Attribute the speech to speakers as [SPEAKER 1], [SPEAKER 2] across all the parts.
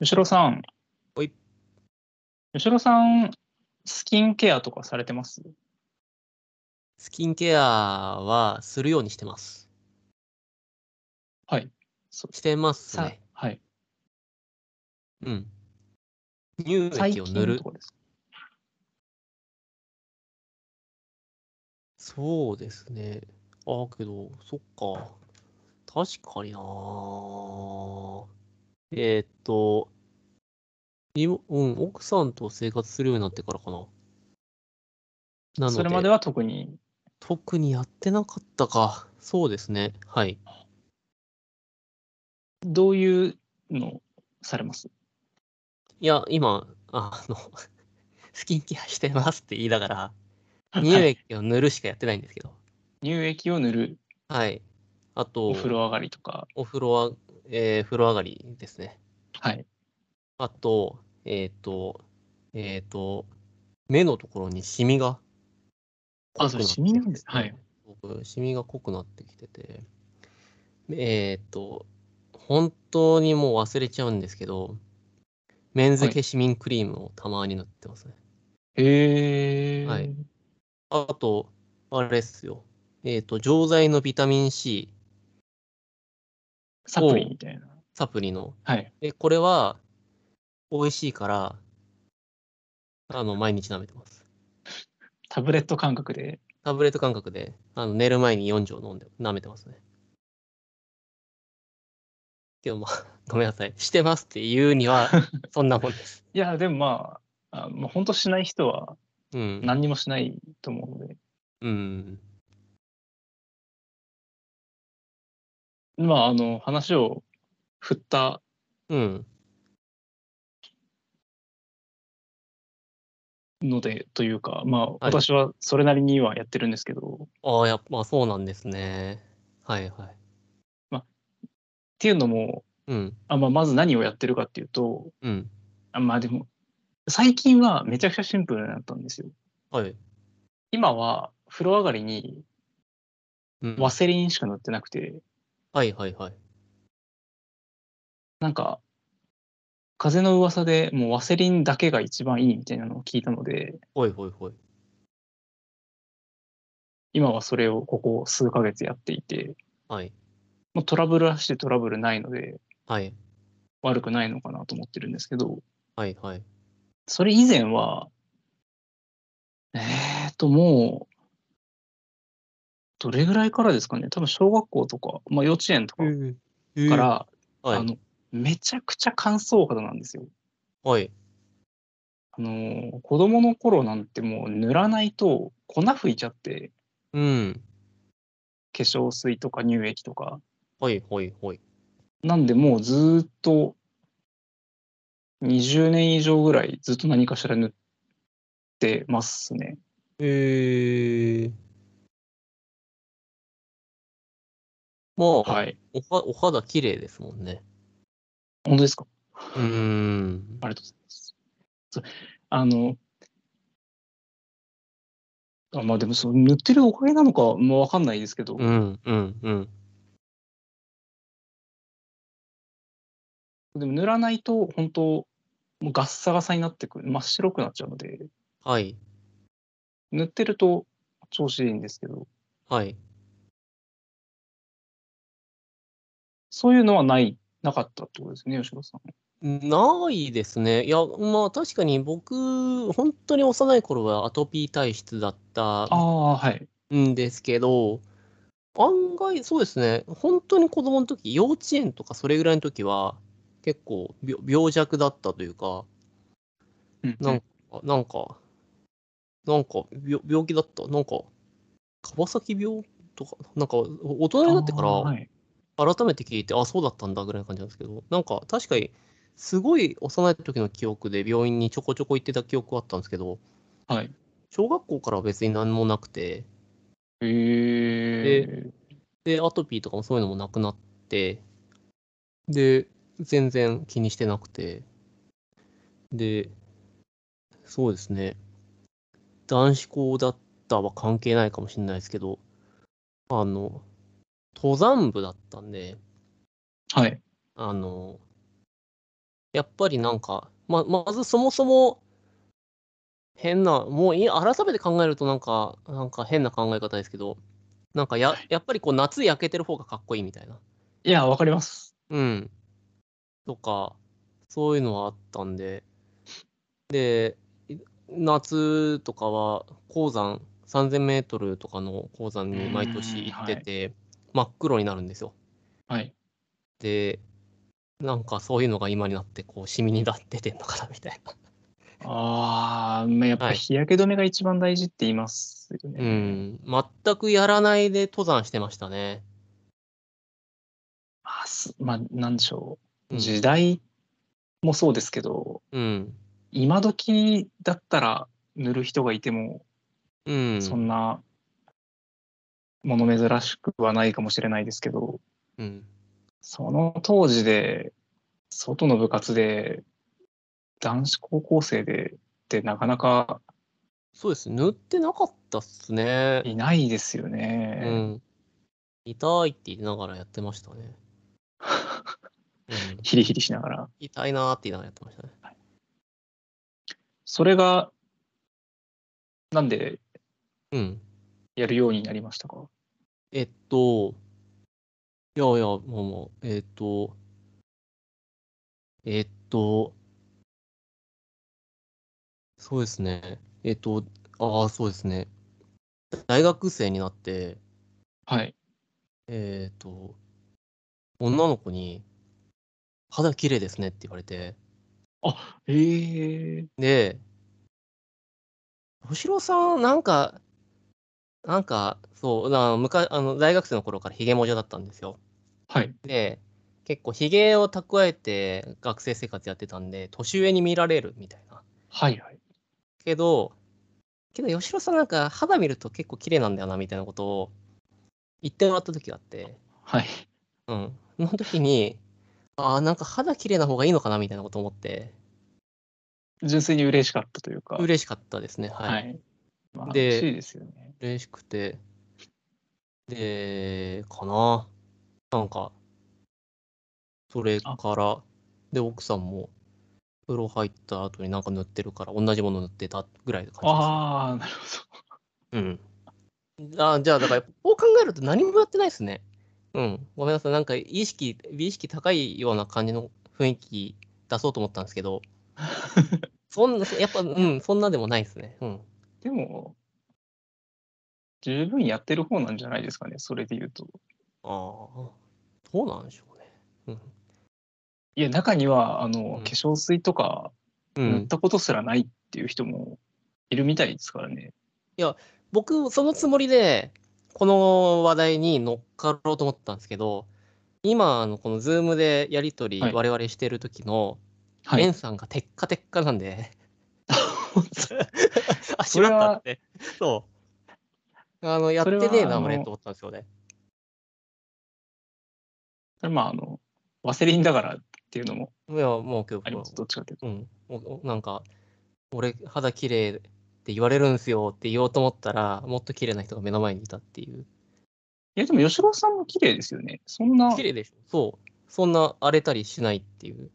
[SPEAKER 1] 吉郎さん。
[SPEAKER 2] ほい
[SPEAKER 1] 吉郎さん、スキンケアとかされてます
[SPEAKER 2] スキンケアはするようにしてます。
[SPEAKER 1] はい。そ
[SPEAKER 2] してます
[SPEAKER 1] さ
[SPEAKER 2] ね。
[SPEAKER 1] はい。
[SPEAKER 2] うん。乳
[SPEAKER 1] 最
[SPEAKER 2] 液を塗
[SPEAKER 1] 近
[SPEAKER 2] る
[SPEAKER 1] と。かですか
[SPEAKER 2] そうですね。ああ、けど、そっか。確かになえーっと、今うん、奥さんと生活するようになってからかな。なので、
[SPEAKER 1] それまでは特に。
[SPEAKER 2] 特にやってなかったか。そうですね。はい。
[SPEAKER 1] どういうのされます
[SPEAKER 2] いや、今、あの、 スキンケアしてますって言いながら、乳液を塗るしかやってないんですけど。
[SPEAKER 1] 乳液を塗る、
[SPEAKER 2] はい。あと、
[SPEAKER 1] お風呂上がりとか。
[SPEAKER 2] お風呂は、えー風呂上がりですね。
[SPEAKER 1] はい。
[SPEAKER 2] あと、えっ、と、えっ、と、目のところにシミが
[SPEAKER 1] あ、
[SPEAKER 2] 濃
[SPEAKER 1] そ
[SPEAKER 2] くな
[SPEAKER 1] れ
[SPEAKER 2] ってきて。
[SPEAKER 1] シミなんです。はい。
[SPEAKER 2] 僕、シミが濃くなってきてて、えっ、と、本当にもう忘れちゃうんですけど、メンズ化シミンクリームをたまに塗ってますね。
[SPEAKER 1] へえ。
[SPEAKER 2] はい。あと、あれっすよ。えっ、と、錠剤のビタミン C、
[SPEAKER 1] サプリみたいな。
[SPEAKER 2] サプリの。
[SPEAKER 1] はい。
[SPEAKER 2] で、これは、美味しいから、あの、毎日舐めてます。
[SPEAKER 1] タブレット感覚で。
[SPEAKER 2] タブレット感覚で、あの寝る前に4錠飲んで、舐めてますね。でも まあ、ごめんなさい。してますって言う には、そんなもんです。
[SPEAKER 1] いや、でもまあ、あもう本当しない人は
[SPEAKER 2] うん。
[SPEAKER 1] 何にもしないと思うので。
[SPEAKER 2] うん。
[SPEAKER 1] まあ、あの、話を振った
[SPEAKER 2] うん。
[SPEAKER 1] のでというか、まあ、
[SPEAKER 2] い
[SPEAKER 1] 私はそれなりにはやってるんですけど、っ
[SPEAKER 2] ああ、やっぱそうなんですね。はいはい。
[SPEAKER 1] ていうのも
[SPEAKER 2] うん。
[SPEAKER 1] あ、まあ、まず何をやってるかっていうと
[SPEAKER 2] うん。
[SPEAKER 1] あまあでも最近はめちゃくちゃシンプルになったんですよ
[SPEAKER 2] はい。
[SPEAKER 1] 今は風呂上がりに
[SPEAKER 2] うん、
[SPEAKER 1] ワセリンしか塗ってなくて
[SPEAKER 2] はいはいはい。
[SPEAKER 1] なんか風の噂でもうワセリンだけが一番いいみたいなのを聞いたので
[SPEAKER 2] ほいほいほい。
[SPEAKER 1] 今はそれをここ数ヶ月やっていて
[SPEAKER 2] はい。
[SPEAKER 1] もうトラブルらしてトラブルないので
[SPEAKER 2] はい。
[SPEAKER 1] 悪くないのかなと思ってるんですけど
[SPEAKER 2] はいはい。
[SPEAKER 1] それ以前は、えーと、もう、どれぐらいからですかね、多分小学校とか、まあ、幼稚園とかか、ら、
[SPEAKER 2] は
[SPEAKER 1] あ
[SPEAKER 2] い。
[SPEAKER 1] のめちゃくちゃ乾燥肌なんですよ。
[SPEAKER 2] はい。
[SPEAKER 1] あのー子供の頃なんてもう塗らないと粉吹いちゃって、
[SPEAKER 2] うん。
[SPEAKER 1] 化粧水とか乳液とか。
[SPEAKER 2] はいはいはい。
[SPEAKER 1] なんで、もうずーっと、20年以上ぐらいずっと何かしら塗ってますね。
[SPEAKER 2] えー。まあ、
[SPEAKER 1] はい。
[SPEAKER 2] おはお肌綺麗ですもんね。
[SPEAKER 1] 本当ですか
[SPEAKER 2] うーん。
[SPEAKER 1] ありがとうございます。そうあの、あまあでもその塗ってるおかげなのかもわかんないですけど、
[SPEAKER 2] うんうんうん。
[SPEAKER 1] でも塗らないと本当もうガッサガサになってくる真っ白くなっちゃうので
[SPEAKER 2] はい
[SPEAKER 1] 塗ってると調子いいんですけど
[SPEAKER 2] はい。
[SPEAKER 1] そういうのはないなかったってことですね吉野さん。
[SPEAKER 2] ないですね。いや、まあ確かに僕、本当に幼い頃はアトピー体質だった
[SPEAKER 1] ああはい。
[SPEAKER 2] んですけど、案外そうですね、本当に子供の時、幼稚園とかそれぐらいの時は、結構病病弱だったというか、
[SPEAKER 1] うん
[SPEAKER 2] なんか、なんか、なんか病病気だった、なんか、川崎病とか、なんか、お大人になってか
[SPEAKER 1] あー
[SPEAKER 2] ら
[SPEAKER 1] は、い
[SPEAKER 2] 改めて聞いて、あ、そうだったんだぐらいの感じなんですけど、なんか、確かに、すごい幼い時の記憶で、病院にちょこちょこ行ってた記憶はあったんですけど、
[SPEAKER 1] はい。
[SPEAKER 2] 小学校からは別に何もなくて、
[SPEAKER 1] へえ。
[SPEAKER 2] で、アトピーとかもそういうのもなくなって、で、全然気にしてなくて、で、そうですね、男子校だったは関係ないかもしれないですけど、あの、登山部だったんで、
[SPEAKER 1] はい。
[SPEAKER 2] あの、やっぱりなんか、ま、まずそもそも、変な、もうい改めて考えるとなんか、なんか変な考え方ですけど、なんかややっぱりこう夏焼けてる方がかっこいいみたいな。
[SPEAKER 1] いや、わかります。
[SPEAKER 2] うん。とか、そういうのはあったんで。で、い夏とかは鉱山、3000メートルとかの鉱山に毎年行ってて、真っ黒になるんですよ。
[SPEAKER 1] はい。
[SPEAKER 2] で、なんかそういうのが今になって、こう、シミになっててんのかなみたいな。
[SPEAKER 1] ああ、まあやっぱ
[SPEAKER 2] はい
[SPEAKER 1] 日焼け止めが一番大事って言いますよ
[SPEAKER 2] う
[SPEAKER 1] ね。
[SPEAKER 2] ん。全くやらないで登山してましたね。
[SPEAKER 1] まあ、すまあ、なんでしょ
[SPEAKER 2] う
[SPEAKER 1] う。
[SPEAKER 2] ん
[SPEAKER 1] 時代もそうですけど、
[SPEAKER 2] うん。
[SPEAKER 1] 今時だったら塗る人がいても、
[SPEAKER 2] うん。
[SPEAKER 1] そんなもの珍しくはないかもしれないですけど、
[SPEAKER 2] うん。
[SPEAKER 1] その当時で、外の部活で、男子高校生でってなかなか
[SPEAKER 2] そうです。塗ってなかったっすね。
[SPEAKER 1] いないですよ
[SPEAKER 2] う
[SPEAKER 1] ね。
[SPEAKER 2] ん。痛いって言いながらやってまし たね。うん、
[SPEAKER 1] ヒリヒリしながら。
[SPEAKER 2] 痛いなーって言いながらやってましたね。
[SPEAKER 1] それが、なんで
[SPEAKER 2] うん。
[SPEAKER 1] やるようになりましたか
[SPEAKER 2] えっと、いやいや、もうもう、えっと、えっと、そうですね。えっと、ああ、そうですね。大学生になって、
[SPEAKER 1] はい。
[SPEAKER 2] えっと、女の子に、肌綺麗ですねって言われて、
[SPEAKER 1] ええ
[SPEAKER 2] で、敏郎さん、なんか、なんか、そう、な昔あの大学生の頃からヒゲもじゃだったんですよ。
[SPEAKER 1] はい。
[SPEAKER 2] で、結構ヒゲを蓄えて学生生活やってたんで、年上に見られるみたいな。
[SPEAKER 1] はいはい。
[SPEAKER 2] けど、けど、吉郎さんなんか肌見ると結構綺麗なんだよな、みたいなことを言ってもらった時があって、
[SPEAKER 1] はい。
[SPEAKER 2] うん。その時に、ああ、なんか肌綺麗な方がいいのかな、みたいなこと思って、
[SPEAKER 1] 純粋に嬉しかったというか。
[SPEAKER 2] 嬉しかったですね。はい。
[SPEAKER 1] い。まあ、
[SPEAKER 2] で
[SPEAKER 1] 嬉しいですよね。
[SPEAKER 2] 嬉しくて、で、かな。なんか、それから、で、奥さんも、風呂入った後になんか塗ってるから、同じもの塗ってたぐらいの感
[SPEAKER 1] ああ、なるほ
[SPEAKER 2] じです、ね。うん。あじゃあ、だから、こう考えると何もやってないですね。うん。ごめんなさい。なんか、意識、美意識高いような感じの雰囲気出そうと思ったんですけど、そんな、やっぱ、うん、そんなでもないですね。うん。
[SPEAKER 1] ど。でも、十分やってる方なんじゃないですかね、それで言うと。
[SPEAKER 2] ああ、どうなんでしょうね。
[SPEAKER 1] いや、中には、あの、
[SPEAKER 2] うん
[SPEAKER 1] 化粧水とか
[SPEAKER 2] う
[SPEAKER 1] 塗っ
[SPEAKER 2] ん。
[SPEAKER 1] たことすらないっていう人もいるみたいですからね。
[SPEAKER 2] 僕そのつもりでこの話題に乗っかろうと思ったんですけど今あのこの Zoom でやり取り
[SPEAKER 1] はい
[SPEAKER 2] 我々してる時の
[SPEAKER 1] は
[SPEAKER 2] エ
[SPEAKER 1] い。
[SPEAKER 2] ンさんがテッカテッカな んであし
[SPEAKER 1] それ
[SPEAKER 2] まっ
[SPEAKER 1] は
[SPEAKER 2] たってそうあのやってねえ
[SPEAKER 1] それはあ
[SPEAKER 2] な
[SPEAKER 1] の
[SPEAKER 2] 俺と思ったんですよね
[SPEAKER 1] それまあ、あの、ワセリンだからっていうのも
[SPEAKER 2] いやもう今
[SPEAKER 1] あります、
[SPEAKER 2] 日
[SPEAKER 1] どっちかというと。
[SPEAKER 2] うんおおなんか俺肌綺麗って言われるんすよって言おうと思ったらもっと綺麗な人が目の前にいたっていう
[SPEAKER 1] いや、でも、吉郎さんも綺麗ですよね。そんな
[SPEAKER 2] 綺、麗でしょそうそんな荒れたりしないっていう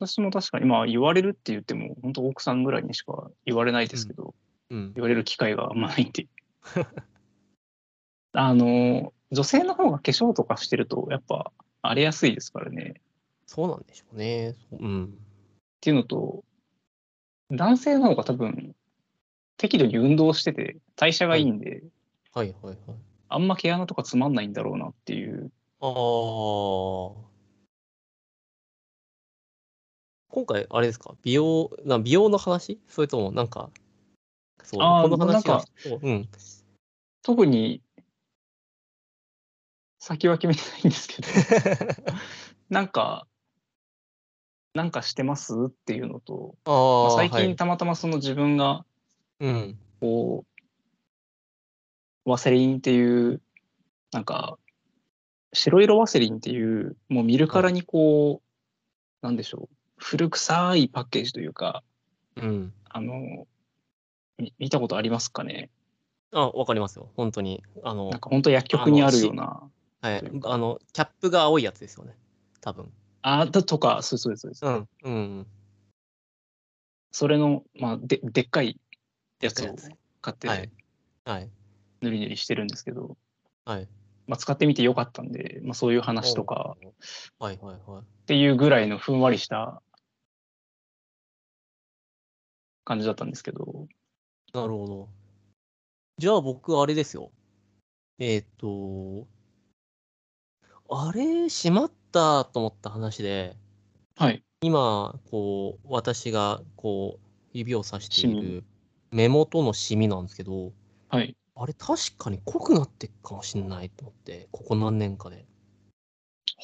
[SPEAKER 1] 私も確かに、まあ、言われるって言っても、本当奥さんぐらいにしか言われないですけど、
[SPEAKER 2] うん
[SPEAKER 1] 言われる機会があんまないんで。 あの、女性の方が化粧とかしてると、やっぱ、荒れやすいですからね。
[SPEAKER 2] そうなんでしょうね。そううん。
[SPEAKER 1] っていうのと、男性の方が多分、適度に運動してて、代謝がいいんで、
[SPEAKER 2] はいはいはい。
[SPEAKER 1] あんま毛穴とかつまんないんだろうなっていう。
[SPEAKER 2] ああ。今回、あれですか美容、な美容の話それとも、なんか、そう、
[SPEAKER 1] あー
[SPEAKER 2] この話は
[SPEAKER 1] なんか
[SPEAKER 2] そう うん。
[SPEAKER 1] 特に、先は決めてないんですけど、 なんか、なんかしてますっていうのと、
[SPEAKER 2] あ
[SPEAKER 1] まあ
[SPEAKER 2] あ、
[SPEAKER 1] 最
[SPEAKER 2] は
[SPEAKER 1] 近
[SPEAKER 2] い、
[SPEAKER 1] たまたまその自分が
[SPEAKER 2] うん。
[SPEAKER 1] こう、ワセリンっていう、なんか、白色ワセリンっていう、もう見るからにこう、なんでしょう、古臭いパッケージというか、
[SPEAKER 2] うん。
[SPEAKER 1] あの、み見たことありますかね
[SPEAKER 2] あ、わかりますよ。本当に。あの
[SPEAKER 1] なん、か本当薬局にあるような、
[SPEAKER 2] はい
[SPEAKER 1] という。か
[SPEAKER 2] あの、キャップが青いやつですよね。多分。
[SPEAKER 1] あ、だとか、そうそうですそうです。
[SPEAKER 2] うん。うん。
[SPEAKER 1] それの、まあ、ででっかいやつ
[SPEAKER 2] で
[SPEAKER 1] を
[SPEAKER 2] っかいや
[SPEAKER 1] 買っ
[SPEAKER 2] はい
[SPEAKER 1] て、
[SPEAKER 2] はい。
[SPEAKER 1] ぬりぬりしてるんですけど、
[SPEAKER 2] はい。
[SPEAKER 1] まあ、使ってみてよかったんで、まあ、そういう話とか
[SPEAKER 2] おう。はいはいはい。
[SPEAKER 1] っていうぐらいのふんわりした感じだったんですけど、
[SPEAKER 2] なるほど。じゃあ僕、あれですよ。えーっ、と、あれ、閉まったと思った話で、
[SPEAKER 1] はい。
[SPEAKER 2] 今、こう、私が、こう、指をさしてい
[SPEAKER 1] シ
[SPEAKER 2] る目元のシミなんですけど、
[SPEAKER 1] はい。
[SPEAKER 2] あれ、確かに濃くなってっかもしんないと思って、ここ何年かで。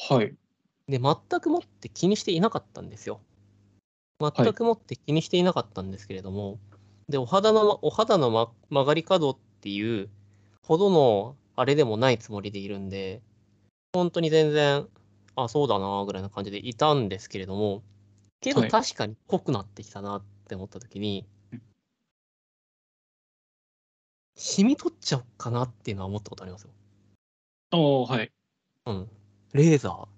[SPEAKER 1] はい。
[SPEAKER 2] で、全くもって気にしていなかったんですよ。全くもって気にしていなかったんですけれども、で、お肌の、お肌の、ま、曲がり角っていうほどのあれでもないつもりでいるんで、本当に全然、あ、そうだな、ぐらいな感じでいたんですけれども、けど
[SPEAKER 1] はい
[SPEAKER 2] 確かに濃くなってきたなって思った時に、染み取っちゃおうかなっていうのは思ったことありますよ。
[SPEAKER 1] おーはい。
[SPEAKER 2] うん。レーザー。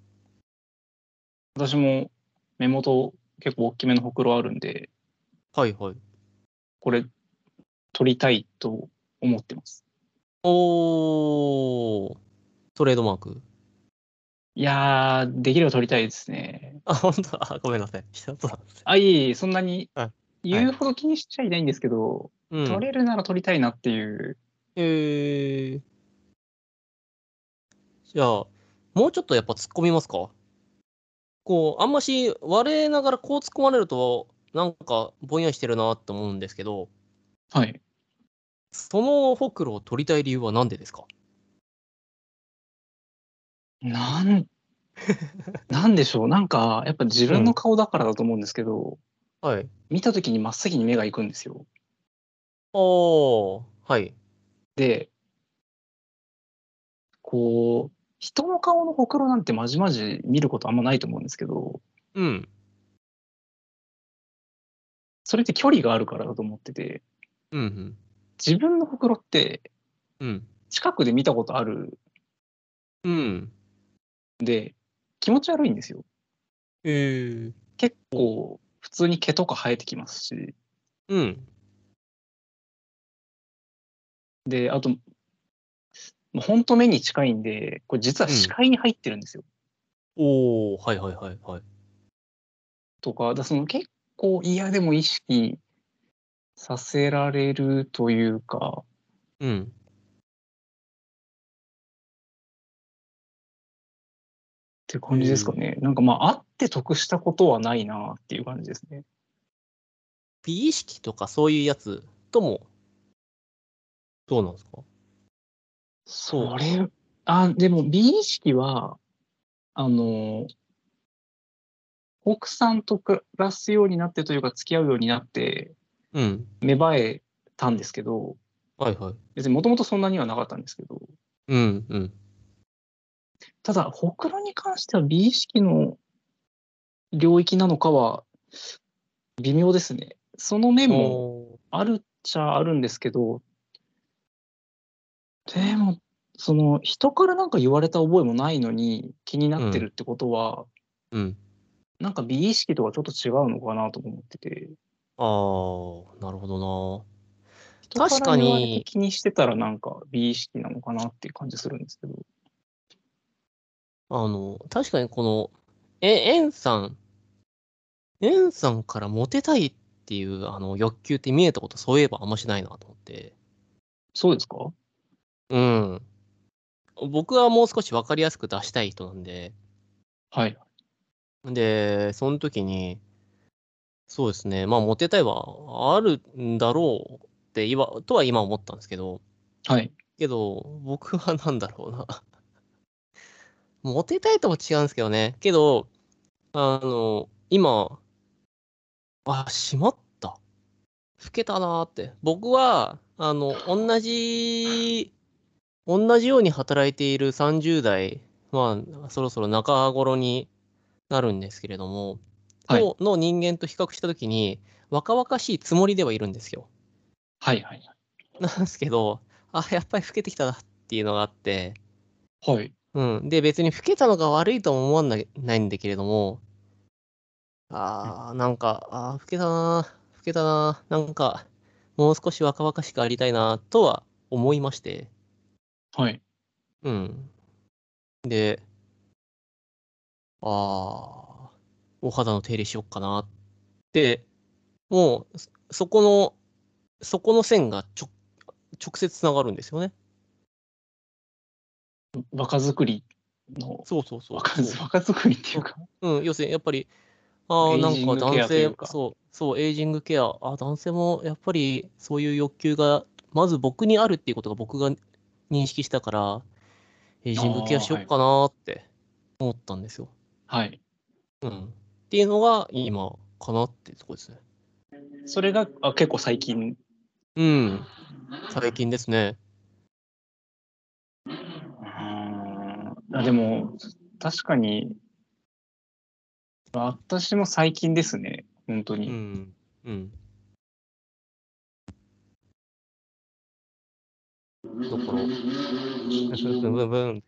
[SPEAKER 1] 私も目元結構大きめのほくろあるんで、
[SPEAKER 2] はいはい。
[SPEAKER 1] これ取りたいと思ってます。
[SPEAKER 2] おー、トレードマーク。
[SPEAKER 1] いやー、できれば取りたいですね。
[SPEAKER 2] あ、本当だあ、ごめんなさい。そうなんですね
[SPEAKER 1] あ、いえいえ、そんなに
[SPEAKER 2] はい
[SPEAKER 1] 言うほど気にしちゃいないんですけど、
[SPEAKER 2] うん
[SPEAKER 1] 取れるなら取りたいなっていう。
[SPEAKER 2] えー、じゃあ、もうちょっとやっぱ突っ込みますかこう、あんまし、我ながらこう突っ込まれると、なんかぼんやりしてるなと思うんですけど、
[SPEAKER 1] はい。
[SPEAKER 2] そのほくろを取りたい理由は何でですか
[SPEAKER 1] なん、なんでしょう。なんか、やっぱ自分の顔だからだと思うんですけど、
[SPEAKER 2] はい。
[SPEAKER 1] 見た時に真っ先に目が行くんですよ。
[SPEAKER 2] おー、はい。
[SPEAKER 1] で、こう、人の顔のほくろなんてまじまじ見ることあんまないと思うんですけど、
[SPEAKER 2] うん。
[SPEAKER 1] それって距離があるからだと思ってて、
[SPEAKER 2] うん、うん。
[SPEAKER 1] 自分のほくろって
[SPEAKER 2] うん。
[SPEAKER 1] 近くで見たことある
[SPEAKER 2] うん。
[SPEAKER 1] んで、気持ち悪いんですよ。
[SPEAKER 2] えー、
[SPEAKER 1] 結構、普通に毛とか生えてきますし、
[SPEAKER 2] うん。
[SPEAKER 1] で、あと、もうほんと目に近いんで、これ実は視界に入ってるんですよ。
[SPEAKER 2] おー、はいはいはいはい。
[SPEAKER 1] とか、だその結構嫌でも意識させられるというか、
[SPEAKER 2] うん。
[SPEAKER 1] って感じですかね。なんかまあ、あって得したことはないなっていう感じですね。
[SPEAKER 2] 美意識とかそういうやつとも、どうなんですか
[SPEAKER 1] それ、あ、でも美意識は、あの、奥さんと暮らすようになってというか、付き合うようになって
[SPEAKER 2] うん。
[SPEAKER 1] 芽生えたんですけど、
[SPEAKER 2] はいはい。
[SPEAKER 1] 別にもともとそんなにはなかったんですけど、
[SPEAKER 2] うんうん。
[SPEAKER 1] ただ、ほくろに関しては美意識の領域なのかは微妙ですね。その面も
[SPEAKER 2] お
[SPEAKER 1] あるっちゃあるんですけど、でも、その人からなんか言われた覚えもないのに気になってるってことは、
[SPEAKER 2] ーうん。
[SPEAKER 1] なんか美意識とはちょっと違うのかなとも思ってて、
[SPEAKER 2] ああ、なるほど
[SPEAKER 1] 人から
[SPEAKER 2] 確かに
[SPEAKER 1] 言われて気にしてたらなんか美意識なのかなっていう感じするんですけど、
[SPEAKER 2] な。あの、確かにこの、え、エンさん、エンさんからモテたいっていうあの欲求って見えたことそういえばあんましないなと思って。
[SPEAKER 1] そうですか
[SPEAKER 2] うん。僕はもう少し分かりやすく出したい人なんで、
[SPEAKER 1] はい。
[SPEAKER 2] で、その時に、そうですね、まあ、モテたいはあるんだろうって今、とは今思ったんですけど、
[SPEAKER 1] はい。
[SPEAKER 2] けど、僕はなんだろうな。モテたいとも違うんですけどね。けど、あの、今、あ、しまった。老けたなーって。僕は、あの、同じ、同じように働いている30代、まあ、そろそろ中頃になるんですけれども、
[SPEAKER 1] はい
[SPEAKER 2] との人間と比較したときに、若々しいつもりではいるんですよ。
[SPEAKER 1] はいはい
[SPEAKER 2] なんですけど、あ、やっぱり老けてきたなっていうのがあって、
[SPEAKER 1] はい。はい。
[SPEAKER 2] うん。で、別に老けたのが悪いとも思わなないんだけれども、あー、なんか、あー、老けたなー、老けたなー、なんか、もう少し若々しくありたいな、とは思いまして、
[SPEAKER 1] はい。
[SPEAKER 2] うん。で、あー、お肌の手入れしよっかなって、もう、そそこの、そこの線がちょ直接つながるんですよね。
[SPEAKER 1] 若作りの、
[SPEAKER 2] そうそうそう。
[SPEAKER 1] 若若作 りっていうか、
[SPEAKER 2] うん、要するにやっぱり、ああ、
[SPEAKER 1] エイ
[SPEAKER 2] な
[SPEAKER 1] ジング
[SPEAKER 2] んか
[SPEAKER 1] ケア
[SPEAKER 2] 男
[SPEAKER 1] とい
[SPEAKER 2] 性
[SPEAKER 1] うか、
[SPEAKER 2] そう、そう、エイジングケア、あ男性もやっぱりそういう欲求が、まず僕にあるっていうことが僕が認識したから、エイジングケアしよっかなーって思ったんですよ。
[SPEAKER 1] はい。
[SPEAKER 2] うん。っていうのが今かなってとこですね。
[SPEAKER 1] それがあ結構最近、
[SPEAKER 2] うん。最近ですね。
[SPEAKER 1] あでも、確かに、私も最近ですね、本当
[SPEAKER 2] う
[SPEAKER 1] に。
[SPEAKER 2] ん。うん。だから、ブンブンブン、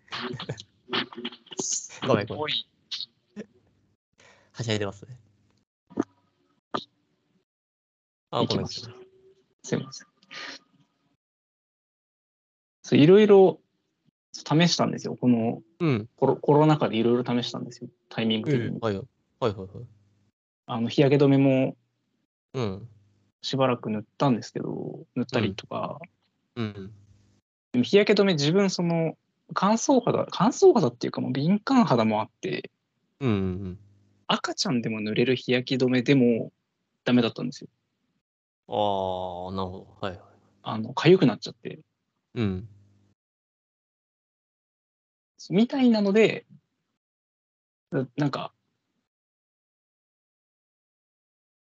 [SPEAKER 1] す
[SPEAKER 2] ごめんごめん
[SPEAKER 1] ごい。
[SPEAKER 2] はしゃいでますね。あ、
[SPEAKER 1] 行
[SPEAKER 2] ご
[SPEAKER 1] き
[SPEAKER 2] めん
[SPEAKER 1] ま
[SPEAKER 2] な
[SPEAKER 1] し
[SPEAKER 2] さ
[SPEAKER 1] た
[SPEAKER 2] い。。
[SPEAKER 1] すいません。そういろいろ試したんですよ。この
[SPEAKER 2] うん。
[SPEAKER 1] コロコロナ禍でいろいろ試したんですよ。タイミング的に。
[SPEAKER 2] はいはいはいはい。
[SPEAKER 1] あの日焼け止めも
[SPEAKER 2] うん。
[SPEAKER 1] しばらく塗ったんですけど、塗ったりとか、
[SPEAKER 2] うん。
[SPEAKER 1] でも日焼け止め自分その乾燥肌、乾燥肌っていうかもう敏感肌もあって、
[SPEAKER 2] うんうん。
[SPEAKER 1] 赤ちゃんでも塗れる日焼け止めでもダメだったんですよ。
[SPEAKER 2] ああ、なるほど。はいはい。
[SPEAKER 1] あの、痒くなっちゃって。
[SPEAKER 2] うん。
[SPEAKER 1] みたいなので、ななんか、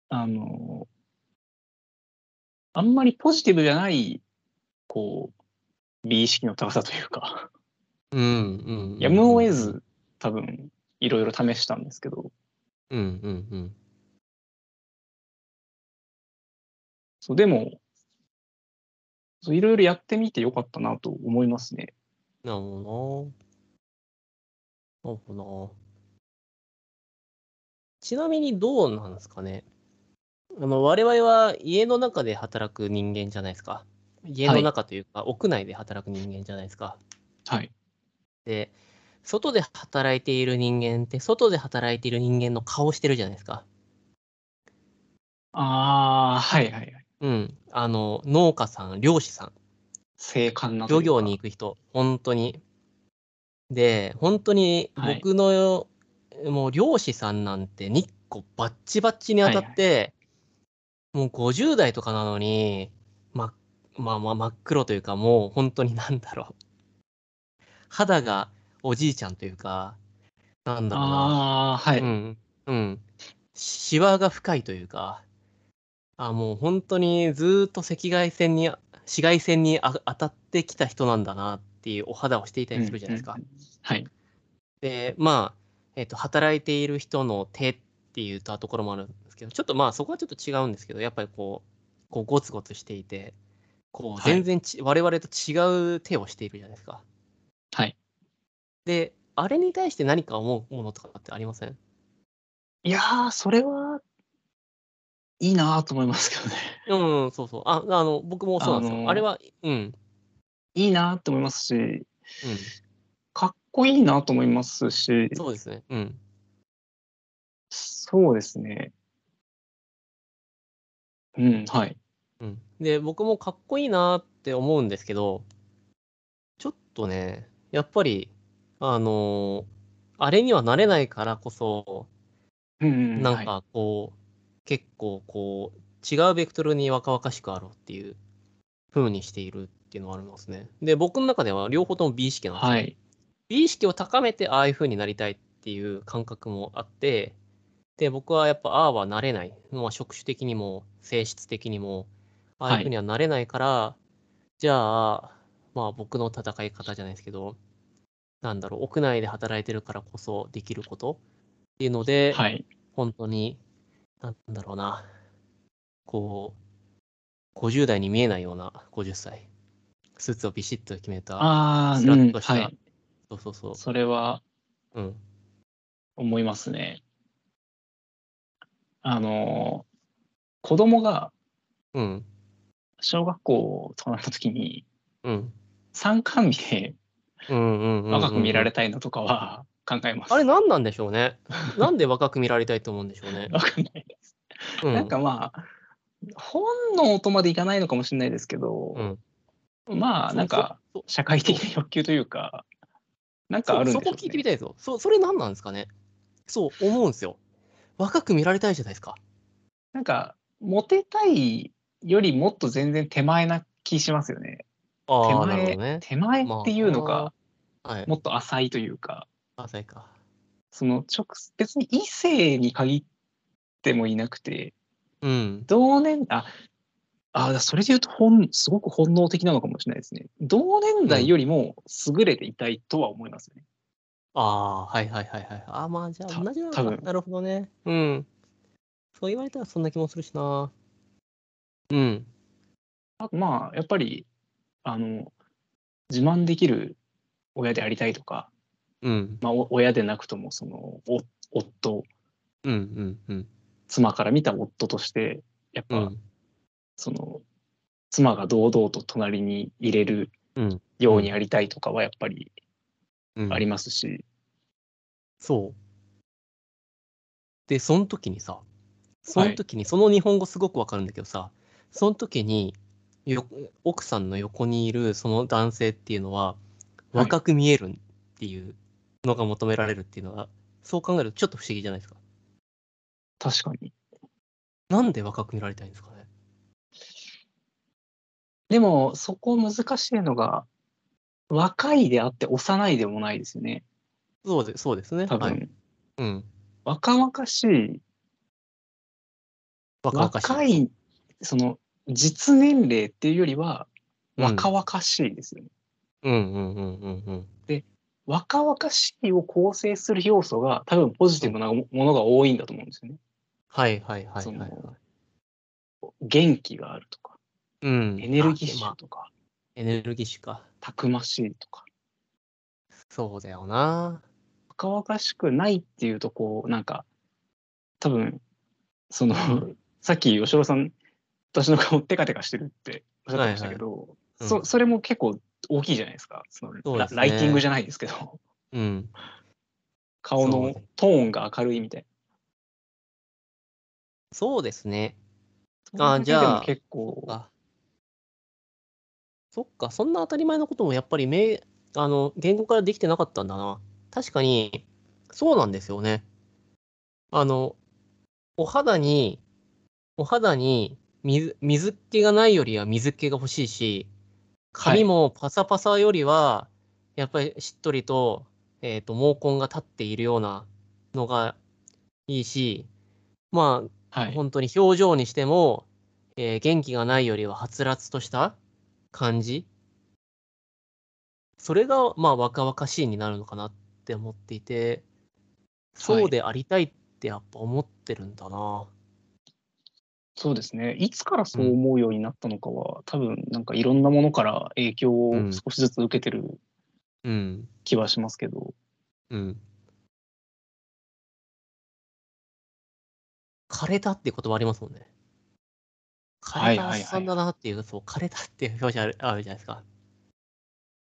[SPEAKER 1] あの、あんまりポジティブじゃない、こう、美意識の高さというか、
[SPEAKER 2] うんうん。
[SPEAKER 1] やむを得。ず、多分、いろいろ試したんですけど、
[SPEAKER 2] うんうんうん。
[SPEAKER 1] そうでも、そういろいろやってみてよかったなと思いますね。
[SPEAKER 2] なるほどな。なるほどな。ちなみにどうなんですかね。あの我々は家の中で働く人間じゃないですか。家の中というか、屋内で働く人間じゃないですか。
[SPEAKER 1] はい。
[SPEAKER 2] で、外で働いている人間って、外で働いている人間の顔してるじゃないですか。
[SPEAKER 1] ああ、はいはいはい。
[SPEAKER 2] うん。あの、農家さん、漁師さん、
[SPEAKER 1] 静観なという
[SPEAKER 2] 漁
[SPEAKER 1] か
[SPEAKER 2] 業に。行く人、本当に。で、本当に
[SPEAKER 1] はい
[SPEAKER 2] 僕の、もう漁師さんなんて日光バッチバッチに当たって、もう50代とかなのに、ま、まあまあ真っ黒というか、もう本当になんだろう。肌がおじいちゃんというか、なんだろうな。
[SPEAKER 1] ああ、はい。
[SPEAKER 2] うん、うん。シワが深いというか、あもう本当にずーっと赤外線に、紫外線にあ当たってきた人なんだなっていうお肌をしていたりするじゃないですか。
[SPEAKER 1] うんうんうん。はい。
[SPEAKER 2] で、まあ、えっ、と、働いている人の手っていうとところもあるんですけど、ちょっとまあそこはちょっと違うんですけど、やっぱりこう、こうゴツゴツしていて、こう
[SPEAKER 1] はい
[SPEAKER 2] 全然ち、我々と違う手をしているじゃないですか。
[SPEAKER 1] はい。
[SPEAKER 2] で、あれに対して何か思うものとかってありません
[SPEAKER 1] いやー、それは、いいなーと思いますけどね。
[SPEAKER 2] うんうん、そうそう。あ、あの、僕もそうなんですよ。
[SPEAKER 1] あ
[SPEAKER 2] あ,、
[SPEAKER 1] のー
[SPEAKER 2] れは、うん、
[SPEAKER 1] いいなーと思いますし、かっこいいなと思いますし
[SPEAKER 2] うん、、そうですね。うん。
[SPEAKER 1] そうですね。うん、はい。
[SPEAKER 2] うん、で、僕もかっこいいなって思うんですけど、ちょっとね、やっぱり、あのーあれにはなれないからこそ、
[SPEAKER 1] うんうんうん、
[SPEAKER 2] なん
[SPEAKER 1] はい、
[SPEAKER 2] かこう、結構こう、違うベクトルに若々しくあろうっていう風にしているっていうのはありますね。で、僕の中では両方とも美意識なんですよ。
[SPEAKER 1] はい。
[SPEAKER 2] 美意識を高めてああいう風になりたいっていう感覚もあってで僕はやっぱああはなれない、まあ、職種的にも性質的にもああいう風にはなれないから、じゃあまあ僕の戦い方じゃないですけどなんだろう屋内で働いてるからこそできることっていうので、
[SPEAKER 1] はい。
[SPEAKER 2] 本当になんだろうなこう50代に見えないような50歳スーツをビシッと決めた
[SPEAKER 1] ああ、
[SPEAKER 2] ス
[SPEAKER 1] う
[SPEAKER 2] ラ
[SPEAKER 1] ん、
[SPEAKER 2] ッとし
[SPEAKER 1] は
[SPEAKER 2] た
[SPEAKER 1] い。
[SPEAKER 2] そうそうそう。
[SPEAKER 1] それは
[SPEAKER 2] うん。
[SPEAKER 1] 思いますね。あの、子供が
[SPEAKER 2] うん。
[SPEAKER 1] 小学校とかの時に、
[SPEAKER 2] うん。
[SPEAKER 1] 参観日で
[SPEAKER 2] うんうんうん。
[SPEAKER 1] 若く見られ
[SPEAKER 2] た。
[SPEAKER 1] たいのとかは考えます。
[SPEAKER 2] あれ何なんでしょう ね。なんで若く見られたいと思うんでしょう ね。
[SPEAKER 1] わかんない。
[SPEAKER 2] うん。
[SPEAKER 1] なんかまあ、本能とまでいかないのかもしれないですけ
[SPEAKER 2] う
[SPEAKER 1] ど、
[SPEAKER 2] ん、
[SPEAKER 1] まあ、なんか、
[SPEAKER 2] そ
[SPEAKER 1] 社会的な欲求というか、なん
[SPEAKER 2] そ
[SPEAKER 1] かあるん
[SPEAKER 2] そ
[SPEAKER 1] でしょ
[SPEAKER 2] こ
[SPEAKER 1] う
[SPEAKER 2] 聞い
[SPEAKER 1] ね
[SPEAKER 2] てみ。たいですよ。そそれ何なんですかね。そう思うんですよ。若く見られたいじゃないですか。
[SPEAKER 1] なんか、モテたいよりもっと全然手前な気しますよね。
[SPEAKER 2] あ
[SPEAKER 1] 手
[SPEAKER 2] ーなるほ
[SPEAKER 1] 前、
[SPEAKER 2] どね。
[SPEAKER 1] 手前っていうの
[SPEAKER 2] ま
[SPEAKER 1] が、
[SPEAKER 2] あ。はい。
[SPEAKER 1] もっと浅いというか、
[SPEAKER 2] 浅いか。
[SPEAKER 1] その直接、別に異性に限ってもいなくて、
[SPEAKER 2] うん。
[SPEAKER 1] 同年、あ、あそれで言うと本、すごく本能的なのかもしれないですね。同年代よりも優れていたいとは思いますね。
[SPEAKER 2] ああー、はいはいはいはい。ああ、まあじゃ
[SPEAKER 1] た
[SPEAKER 2] あ同じなの
[SPEAKER 1] 多
[SPEAKER 2] か。
[SPEAKER 1] 分
[SPEAKER 2] なるほどね。うん。そう言われたらそんな気もするしな。うん。
[SPEAKER 1] あまあ、やっぱり、あの、自慢できる親でありたいとか、
[SPEAKER 2] うん。
[SPEAKER 1] まあ、お親でなくとも、その、お夫、
[SPEAKER 2] うんうんうん。
[SPEAKER 1] 妻から見た夫として、やっ
[SPEAKER 2] う
[SPEAKER 1] ぱ、
[SPEAKER 2] ん。
[SPEAKER 1] その、妻が堂々と隣に入れる
[SPEAKER 2] うん
[SPEAKER 1] ようにありたいとかはやっぱり
[SPEAKER 2] うん、
[SPEAKER 1] ありますし、
[SPEAKER 2] そう。で、その時にさ、その時に、その日本語すごくわかるんだけどさ、その時によ、奥さんの横にいるその男性っていうのは、
[SPEAKER 1] はい
[SPEAKER 2] 若く見えるっていうのが求められるっていうのが、そう考えるとちょっと不思議じゃないですか。
[SPEAKER 1] 確かに。
[SPEAKER 2] なんで若く見られたいんですかね。
[SPEAKER 1] でも、そこ難しいのが、若いであって幼いでもないですよね。
[SPEAKER 2] そうでそうですね。
[SPEAKER 1] 多
[SPEAKER 2] は
[SPEAKER 1] 分、
[SPEAKER 2] い、うん。
[SPEAKER 1] 若々しい、
[SPEAKER 2] 若々しい。
[SPEAKER 1] 若い、その、実年齢っていうよりは、
[SPEAKER 2] うん
[SPEAKER 1] 若々しいですよね。
[SPEAKER 2] うんうんうんうんうん。
[SPEAKER 1] 若々しいを構成する要素が多分ポジティブなもものが多いんだと思うんですよね。
[SPEAKER 2] はいはいはい
[SPEAKER 1] そ
[SPEAKER 2] はい、
[SPEAKER 1] の
[SPEAKER 2] はい。
[SPEAKER 1] 元気があるとか、
[SPEAKER 2] うん。
[SPEAKER 1] エネルギッシ
[SPEAKER 2] あでま
[SPEAKER 1] ュ
[SPEAKER 2] あ
[SPEAKER 1] とか、
[SPEAKER 2] エネルギッシュか。
[SPEAKER 1] たくましいとか。
[SPEAKER 2] そうだよな。
[SPEAKER 1] 若々しくないっていうとこうなんか多分その さっき吉郎さん私の顔テカテカしてるっておっしゃってましたけど、
[SPEAKER 2] うん
[SPEAKER 1] そそれも結構大きいじゃないですかその
[SPEAKER 2] そう
[SPEAKER 1] ラ
[SPEAKER 2] ですね
[SPEAKER 1] ライティングじゃないですけど
[SPEAKER 2] うん。
[SPEAKER 1] 顔
[SPEAKER 2] そう
[SPEAKER 1] の
[SPEAKER 2] です
[SPEAKER 1] トーンが明るいみたい
[SPEAKER 2] そうですね。
[SPEAKER 1] な
[SPEAKER 2] あーじゃあ
[SPEAKER 1] それだけでも結
[SPEAKER 2] そっ
[SPEAKER 1] 構
[SPEAKER 2] か。そっか、そんな当たり前のこともやっぱりめあの言語からできてなかったんだな。確かに、そうなんですよね。あの、お肌に、お肌に水水っ気がないよりは水っ気が欲しいし、髪もパサパサよりは、やっぱりしっとりと、えっ、と、毛根が立っているようなのがいいし、まあ、
[SPEAKER 1] はい
[SPEAKER 2] 本当に表情にしても、えー元気がないよりははつらつとした感じそれがまあ若々しいになるのかなって思っていてそうでありたいってやっぱ思ってるんだな、
[SPEAKER 1] そうですねいつからそう思うようになったのかは、多分なんかいろんなものから影響を少しずつ受けてる
[SPEAKER 2] うん
[SPEAKER 1] 気はしますけど、
[SPEAKER 2] うん枯れたっていう言葉ありますもんね枯
[SPEAKER 1] は
[SPEAKER 2] れ
[SPEAKER 1] い
[SPEAKER 2] た
[SPEAKER 1] は
[SPEAKER 2] お
[SPEAKER 1] いはい
[SPEAKER 2] っさんだなっていう、そう枯れたっていう表現あるあるじゃないですか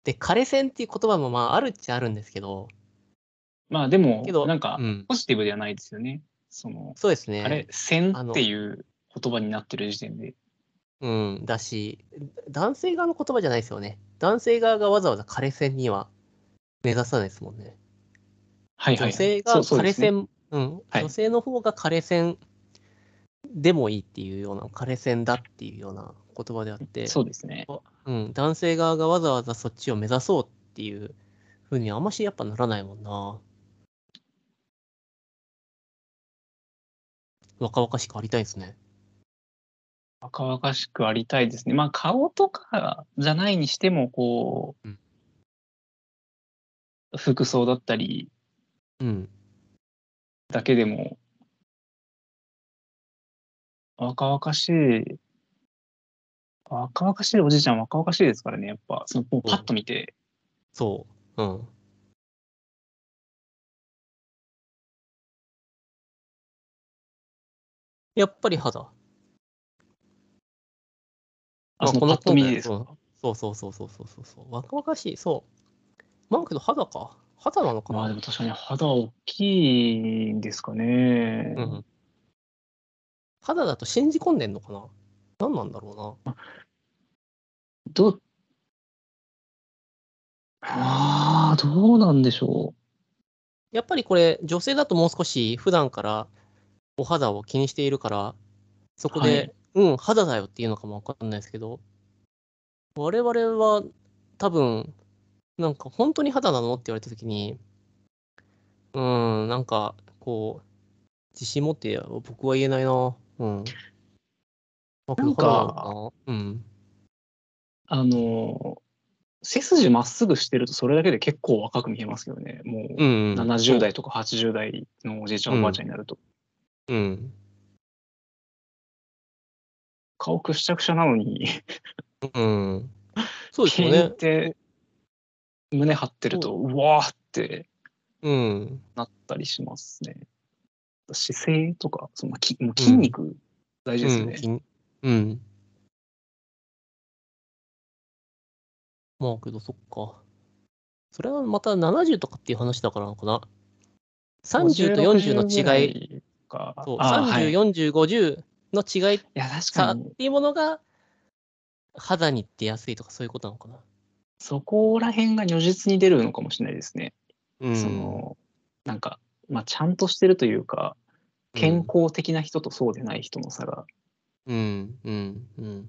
[SPEAKER 2] で枯れ線っていう言葉もまああるっちゃあるんですけど
[SPEAKER 1] まあでも
[SPEAKER 2] けど
[SPEAKER 1] なんか
[SPEAKER 2] うん、
[SPEAKER 1] ポジティブではないですよねその
[SPEAKER 2] そうですね。
[SPEAKER 1] あれ、線
[SPEAKER 2] あの
[SPEAKER 1] っていう言葉になってる時点で。
[SPEAKER 2] うん、だし、男性側の言葉じゃないですよね。男性側がわざわざ枯線には目指さないですもんね。
[SPEAKER 1] はいはい、は
[SPEAKER 2] 女
[SPEAKER 1] い。
[SPEAKER 2] 性が
[SPEAKER 1] そうそうで
[SPEAKER 2] 枯
[SPEAKER 1] すね
[SPEAKER 2] 線、うん、
[SPEAKER 1] はい
[SPEAKER 2] 女性の方が枯線でもいいっていうような、枯線だっていうような言葉であって、
[SPEAKER 1] そうですね。
[SPEAKER 2] うん、男性側がわざわざそっちを目指そうっていうふうにはあんましやっぱならないもんな。若々しくありたいですね。
[SPEAKER 1] 若々しくありたいですね。まあ顔とかじゃないにしても、こう、
[SPEAKER 2] うん
[SPEAKER 1] 服装だったり
[SPEAKER 2] うん。
[SPEAKER 1] だけでも、若々しい、若々しいおじいちゃん若々しいですからね、やっぱ、そのもうパッと見て、
[SPEAKER 2] そう。うん。やっぱり肌。
[SPEAKER 1] あ、そのパッと見です
[SPEAKER 2] う
[SPEAKER 1] か
[SPEAKER 2] んそうそうそうそうそうそうそう。若々しい、そう。まあけど肌か。肌なのかな。
[SPEAKER 1] まあでも確かに肌大きいんですかね。
[SPEAKER 2] うん、肌だと信じ込んでんのかな何なんだろうな。
[SPEAKER 1] どう、ああ、どうなんでしょ
[SPEAKER 2] やっぱりこれ、女性だともう少し普段からお肌を気にしているから、そこで、うん、肌だよっていうのかもわかんないですけど、我々は多分、なんか本当に肌なのって言われた時に、うん、なんかこう、自信持って僕は言えないな。うん。
[SPEAKER 1] なんか
[SPEAKER 2] 肌なのな、うん。
[SPEAKER 1] う。あの、背筋まっすぐしてるとそれだけで結構若く見えますよね。も
[SPEAKER 2] う
[SPEAKER 1] う、
[SPEAKER 2] ん。
[SPEAKER 1] 70代とか80代のおじいちゃん、
[SPEAKER 2] うん
[SPEAKER 1] おばあちゃんになると。
[SPEAKER 2] うん。
[SPEAKER 1] 顔くしゃくしゃなのに、
[SPEAKER 2] うん。そうです
[SPEAKER 1] 毛
[SPEAKER 2] よ
[SPEAKER 1] にっ
[SPEAKER 2] ね。
[SPEAKER 1] て胸張ってると、うわーって
[SPEAKER 2] うん。
[SPEAKER 1] なったりしますね。姿勢とか、そのきもう筋肉大事ですよね。
[SPEAKER 2] うん。うん。まあけど、そっか。それはまた70とかっていう話だからなのかな。30と40の違い、
[SPEAKER 1] い。か
[SPEAKER 2] そう
[SPEAKER 1] あーはい
[SPEAKER 2] 30、40、50の違い
[SPEAKER 1] いや、確
[SPEAKER 2] さ
[SPEAKER 1] か
[SPEAKER 2] っ
[SPEAKER 1] に、
[SPEAKER 2] ていうものが、肌に出やすいとかそういうことなのかな。
[SPEAKER 1] そこら辺が如実に出るのかもしれないですね。
[SPEAKER 2] うん。
[SPEAKER 1] その、なんか、まあ、ちゃんとしてるというか、健康的な人とそうでない人の差が、
[SPEAKER 2] うん。うん。うん。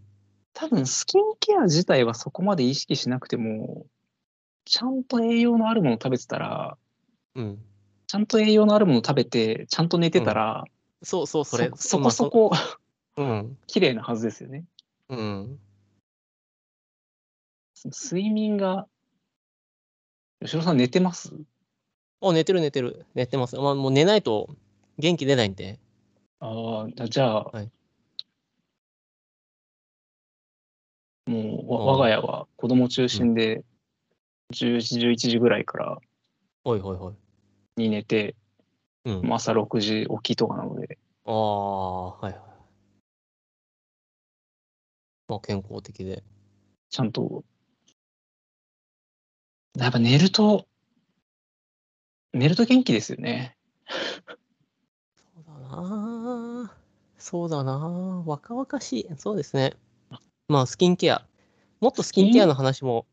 [SPEAKER 1] 多分スキンケア自体はそこまで意識しなくても、ちゃんと栄養のあるものを食べてたら、
[SPEAKER 2] うん。
[SPEAKER 1] ちゃんと栄養のあるものを食べて、ちゃんと寝てたら、
[SPEAKER 2] そうそう、そ
[SPEAKER 1] そ
[SPEAKER 2] れ。
[SPEAKER 1] そ
[SPEAKER 2] ま
[SPEAKER 1] こ
[SPEAKER 2] あ
[SPEAKER 1] そ。こ
[SPEAKER 2] うん。
[SPEAKER 1] 綺麗なはずですよね。
[SPEAKER 2] うん。
[SPEAKER 1] その睡眠が、吉野さん寝てます
[SPEAKER 2] お、寝てる寝てる。寝てます。まあ、もう寝ないと元気出ないんで。
[SPEAKER 1] ああ、じゃあ、
[SPEAKER 2] はい
[SPEAKER 1] もう
[SPEAKER 2] あー
[SPEAKER 1] わ我が家は子供中心で10時、11時ぐらいから
[SPEAKER 2] はいはいはい。
[SPEAKER 1] に寝て、
[SPEAKER 2] うん。
[SPEAKER 1] もう朝6時起きとかなので、
[SPEAKER 2] ああ、はいはい。まあ、健康的で。
[SPEAKER 1] ちゃんと。やっぱ寝ると、寝ると元気ですよね。
[SPEAKER 2] そうだなあそうだなあ若々しい。そうですね。まあ、スキンケア。もっとスキンケアの話も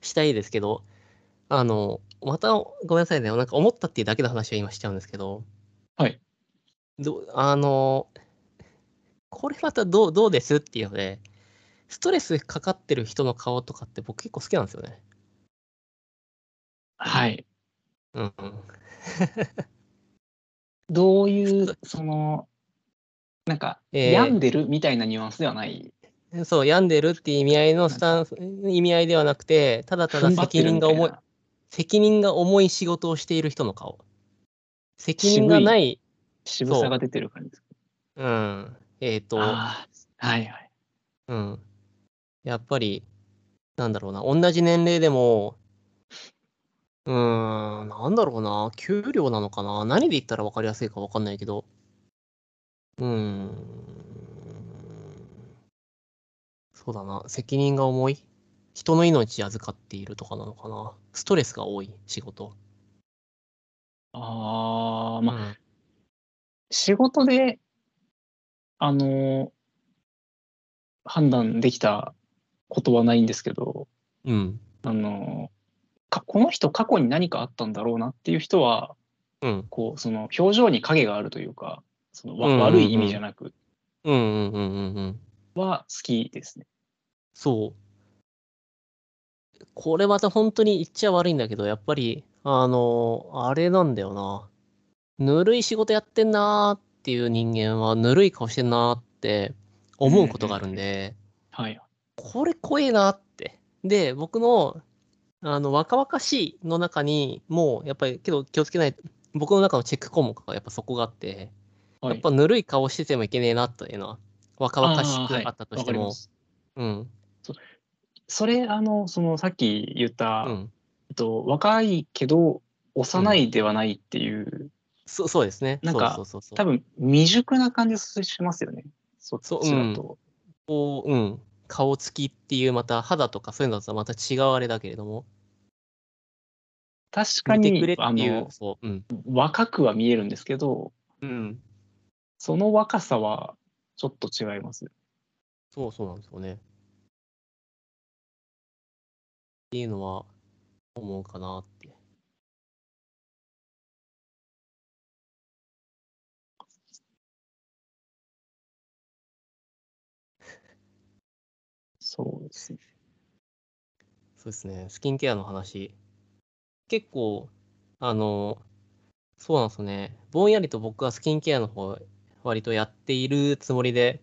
[SPEAKER 2] したいですけど、あの、またごめんなさいね。なんか思ったっていうだけの話を今しちゃうんですけど。
[SPEAKER 1] はい。
[SPEAKER 2] どあの、これまたどうどうですっていうので、ストレスかかってる人の顔とかって僕結構好きなんですよね。
[SPEAKER 1] はい。
[SPEAKER 2] うんうん。
[SPEAKER 1] どういう、その、なんか、
[SPEAKER 2] えー
[SPEAKER 1] 病んでるみたいなニュアンスではない。
[SPEAKER 2] そう、病んでるっていう意味合いのスタンス、意味合いではなくて、ただただ
[SPEAKER 1] 踏ん張ってる
[SPEAKER 2] 責任
[SPEAKER 1] み
[SPEAKER 2] が
[SPEAKER 1] たいな
[SPEAKER 2] 重い、責任が重い仕事をしている人の顔。責任がない、
[SPEAKER 1] 渋さが出てる感じですか。
[SPEAKER 2] うん、えっ、と、
[SPEAKER 1] ああ、はいはい。
[SPEAKER 2] うん。やっぱり、なんだろうな、同じ年齢でも、うーん、なんだろうな、給料なのかな、何で言ったら分かりやすいか分かんないけど、うーん、そうだな、責任が重い、人の命預かっているとかなのかな、ストレスが多い仕事。
[SPEAKER 1] ああ、
[SPEAKER 2] う
[SPEAKER 1] まあ、
[SPEAKER 2] ん、
[SPEAKER 1] 仕事で、あの判断できたことはないんですけど、
[SPEAKER 2] うん、
[SPEAKER 1] あのかこの人過去に何かあったんだろうなっていう人は、
[SPEAKER 2] うん、
[SPEAKER 1] こう、その表情に影があるというか、そのわ
[SPEAKER 2] うんうんうん
[SPEAKER 1] 悪い意味じゃなく、
[SPEAKER 2] うん、うん、うん、うん、うん。
[SPEAKER 1] は好きですね。
[SPEAKER 2] そう。これまた本当に言っちゃ悪いんだけど、やっぱり、あのあれなんだよな。ぬるい仕事やってんなーっていう人間は、ぬるい顔してんなーって思うことがあるんで、
[SPEAKER 1] はい。
[SPEAKER 2] これ怖えなーって。で、僕の、あの、若々しいの中に、もう、やっぱり、けど気をつけない、僕の中のチェック項目がやっぱそこがあって、
[SPEAKER 1] はい、
[SPEAKER 2] やっぱぬるい顔しててもいけねえなというのは、若々しく
[SPEAKER 1] ーはい
[SPEAKER 2] あったとして
[SPEAKER 1] わかり
[SPEAKER 2] も
[SPEAKER 1] ま、す
[SPEAKER 2] うん、
[SPEAKER 1] それ、あの、その、さっき言った、
[SPEAKER 2] うん、
[SPEAKER 1] えっと、若いけど、幼いではないっていう
[SPEAKER 2] そうそうですね。
[SPEAKER 1] なんか
[SPEAKER 2] そうそうそうそう
[SPEAKER 1] 多分未熟な感じしますよね。そっち
[SPEAKER 2] そう
[SPEAKER 1] だと。
[SPEAKER 2] こう、うん、顔つきっていう、また肌とかそういうのとはまた違うあれだけれども、
[SPEAKER 1] 確か
[SPEAKER 2] 見てくれ
[SPEAKER 1] に
[SPEAKER 2] っ、
[SPEAKER 1] あ
[SPEAKER 2] ていう
[SPEAKER 1] の、、
[SPEAKER 2] そう、うん。
[SPEAKER 1] 若くは見えるんですけど、
[SPEAKER 2] うん。
[SPEAKER 1] その若さはちょっと違います。
[SPEAKER 2] そうそうなんですよね。っていうのは思うかなって。
[SPEAKER 1] そうですね。
[SPEAKER 2] そうですね、スキンケアの話。結構、あの、そうなんですよね。ぼんやりと僕はスキンケアの方、割とやっているつもりで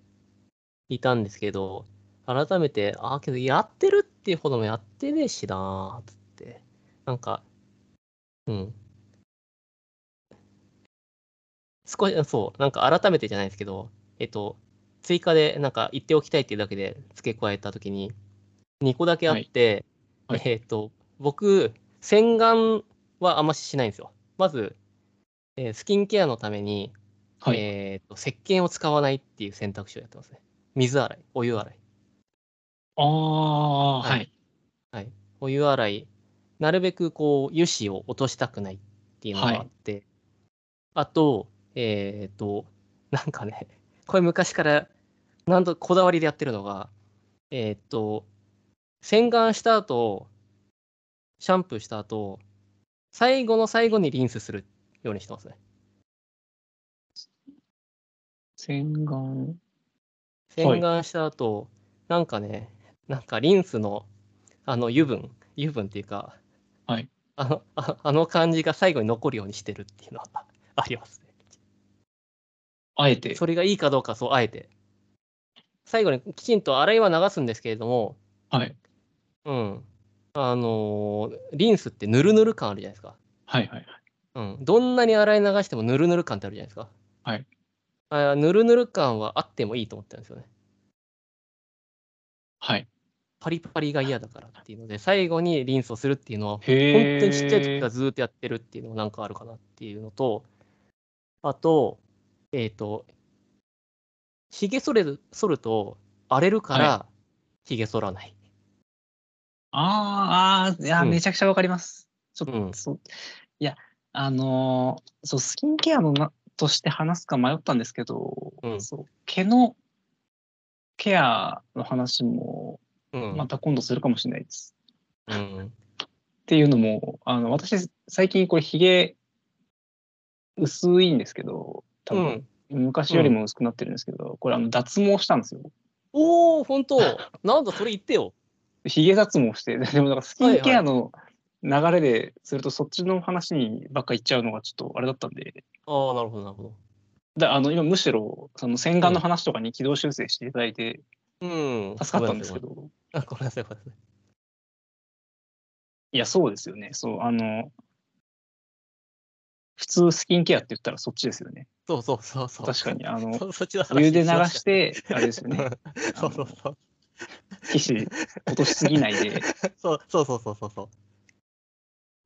[SPEAKER 2] いたんですけど、改めて、ああ、けどやってるっていうほどもやってねえしなーつって。なんか、うん。少し、そう、なんか改めてじゃないですけど、えっと、追加でなんか言っておきたいっていうだけで付け加えたときに、2個だけあって、
[SPEAKER 1] はい
[SPEAKER 2] えっ、と、僕、洗顔はあんまししないんですよ。まず、えースキンケアのために、
[SPEAKER 1] はい。
[SPEAKER 2] えっと、石鹸を使わないっていう選択肢をやってますね。水洗い、お湯洗い。
[SPEAKER 1] ああ、
[SPEAKER 2] は
[SPEAKER 1] はいい。
[SPEAKER 2] お湯洗い、なるべくこう、油脂を落としたくないっていうのがあって、あと、えっ、と、なんかね、 これ昔から、なんとこだわりでやってるのが、えっ、と、洗顔した後、シャンプーした後、最後の最後にリンスするようにしてますね。
[SPEAKER 1] 洗顔。はい
[SPEAKER 2] 洗顔した後、なんかね、なんかリンスのあの油分、油分っていうか、
[SPEAKER 1] はい
[SPEAKER 2] あのああの感じが最後に残るようにしてるっていうのは あります
[SPEAKER 1] あえ
[SPEAKER 2] ね。
[SPEAKER 1] て。
[SPEAKER 2] それがいいかどうか、そう、あえて。最後にきちんと洗いは流すんですけれども、
[SPEAKER 1] はい。
[SPEAKER 2] うん。あのーリンスってぬるぬる感あるじゃないですか。
[SPEAKER 1] はいはい。
[SPEAKER 2] うん、どんなに洗い流してもぬるぬる感ってあるじゃないですか。
[SPEAKER 1] はい。
[SPEAKER 2] あぬるぬる感はあってもいいと思ってるんですよね。
[SPEAKER 1] はい。
[SPEAKER 2] パリパリが嫌だからっていうので、最後にリンスをするっていうのは、本当
[SPEAKER 1] へえ。
[SPEAKER 2] にちっちゃい時からずーっとやってるっていうのもなんかあるかなっていうのと、あと、えっ、と、ひげ剃る剃ると荒れるから、ひげ剃らない。
[SPEAKER 1] あーあー、いや、
[SPEAKER 2] うん
[SPEAKER 1] めちゃくちゃわかります。ちょっと、
[SPEAKER 2] うん
[SPEAKER 1] そういや、あのーそう、スキンケアのなとして話すか迷ったんですけど、
[SPEAKER 2] うん
[SPEAKER 1] そう毛のケアの話も、
[SPEAKER 2] うん。
[SPEAKER 1] また今度するかもしれないです。
[SPEAKER 2] うん、
[SPEAKER 1] っていうのも、あの、私、最近これ、ひげ、薄いんですけど、多分、昔よりも薄くなってるんですけど、これ、あの、脱毛したんですよ。
[SPEAKER 2] おお、本当 なんだ、それ言ってよ。
[SPEAKER 1] ひげ脱毛して、 でもなんかスキンケアの流れですると、そっちの話にばっか行っちゃうのがちょっとあれだったんで、
[SPEAKER 2] ああ、なるほど、なるほど。
[SPEAKER 1] だあの今むしろその洗顔の話とかに軌道修正していただいて
[SPEAKER 2] うん。
[SPEAKER 1] 助かったんですけ
[SPEAKER 2] ど。
[SPEAKER 1] ど、
[SPEAKER 2] あごめんなさい、ごめんなさい。
[SPEAKER 1] いや、そうですよね。そう、あの、普通スキンケアって言ったらそっちですよね。
[SPEAKER 2] そうそうそうそう。
[SPEAKER 1] 確かに、あの、
[SPEAKER 2] そ。そっちの話
[SPEAKER 1] お湯で流して、あれですよ
[SPEAKER 2] うん
[SPEAKER 1] ね、
[SPEAKER 2] そうそうそう。
[SPEAKER 1] 皮脂落としすぎないで、
[SPEAKER 2] そうそうそうそうそうそ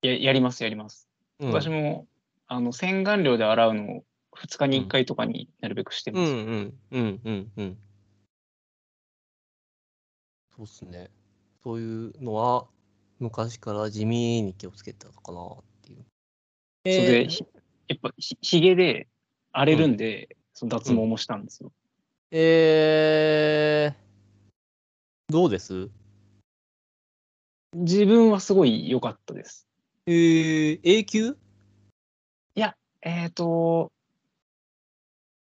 [SPEAKER 1] ややります、やります。
[SPEAKER 2] う。うん
[SPEAKER 1] 私も、あの、洗顔料で洗うのを2日に1回とかになるべくして
[SPEAKER 2] う
[SPEAKER 1] ます。
[SPEAKER 2] んうんうんうんうん。そうっすね。そういうのは昔から地味に気をつけてたのかなっていう。
[SPEAKER 1] それ
[SPEAKER 2] え
[SPEAKER 1] で、
[SPEAKER 2] ー
[SPEAKER 1] ひやっぱひひげで荒れるんで、その脱毛もしたんですよ。
[SPEAKER 2] えーどうです
[SPEAKER 1] 自分はすごい良かったです。
[SPEAKER 2] えー、永久
[SPEAKER 1] えっ、と、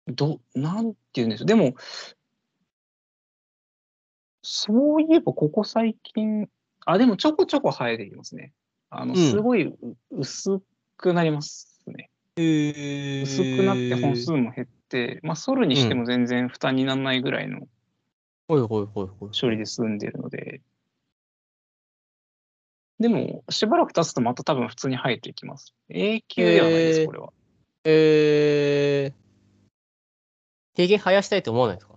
[SPEAKER 1] ど、なんて言うんでしょう。でも、そういえばここ最近、あ、でもちょこちょこ生えてきますね。あの、
[SPEAKER 2] うん
[SPEAKER 1] すごいう薄くなりますね。
[SPEAKER 2] えー
[SPEAKER 1] 薄くなって本数も減って、まあ、ソルにしても全然負担にならないぐらいの
[SPEAKER 2] ほいほいほいほい。
[SPEAKER 1] 処理で済んでるので、でも、しばらく経つとまた多分普通に生えていきます。永久ではないです、
[SPEAKER 2] へー
[SPEAKER 1] これは。
[SPEAKER 2] えー、ひげ生やしたいと思わないですか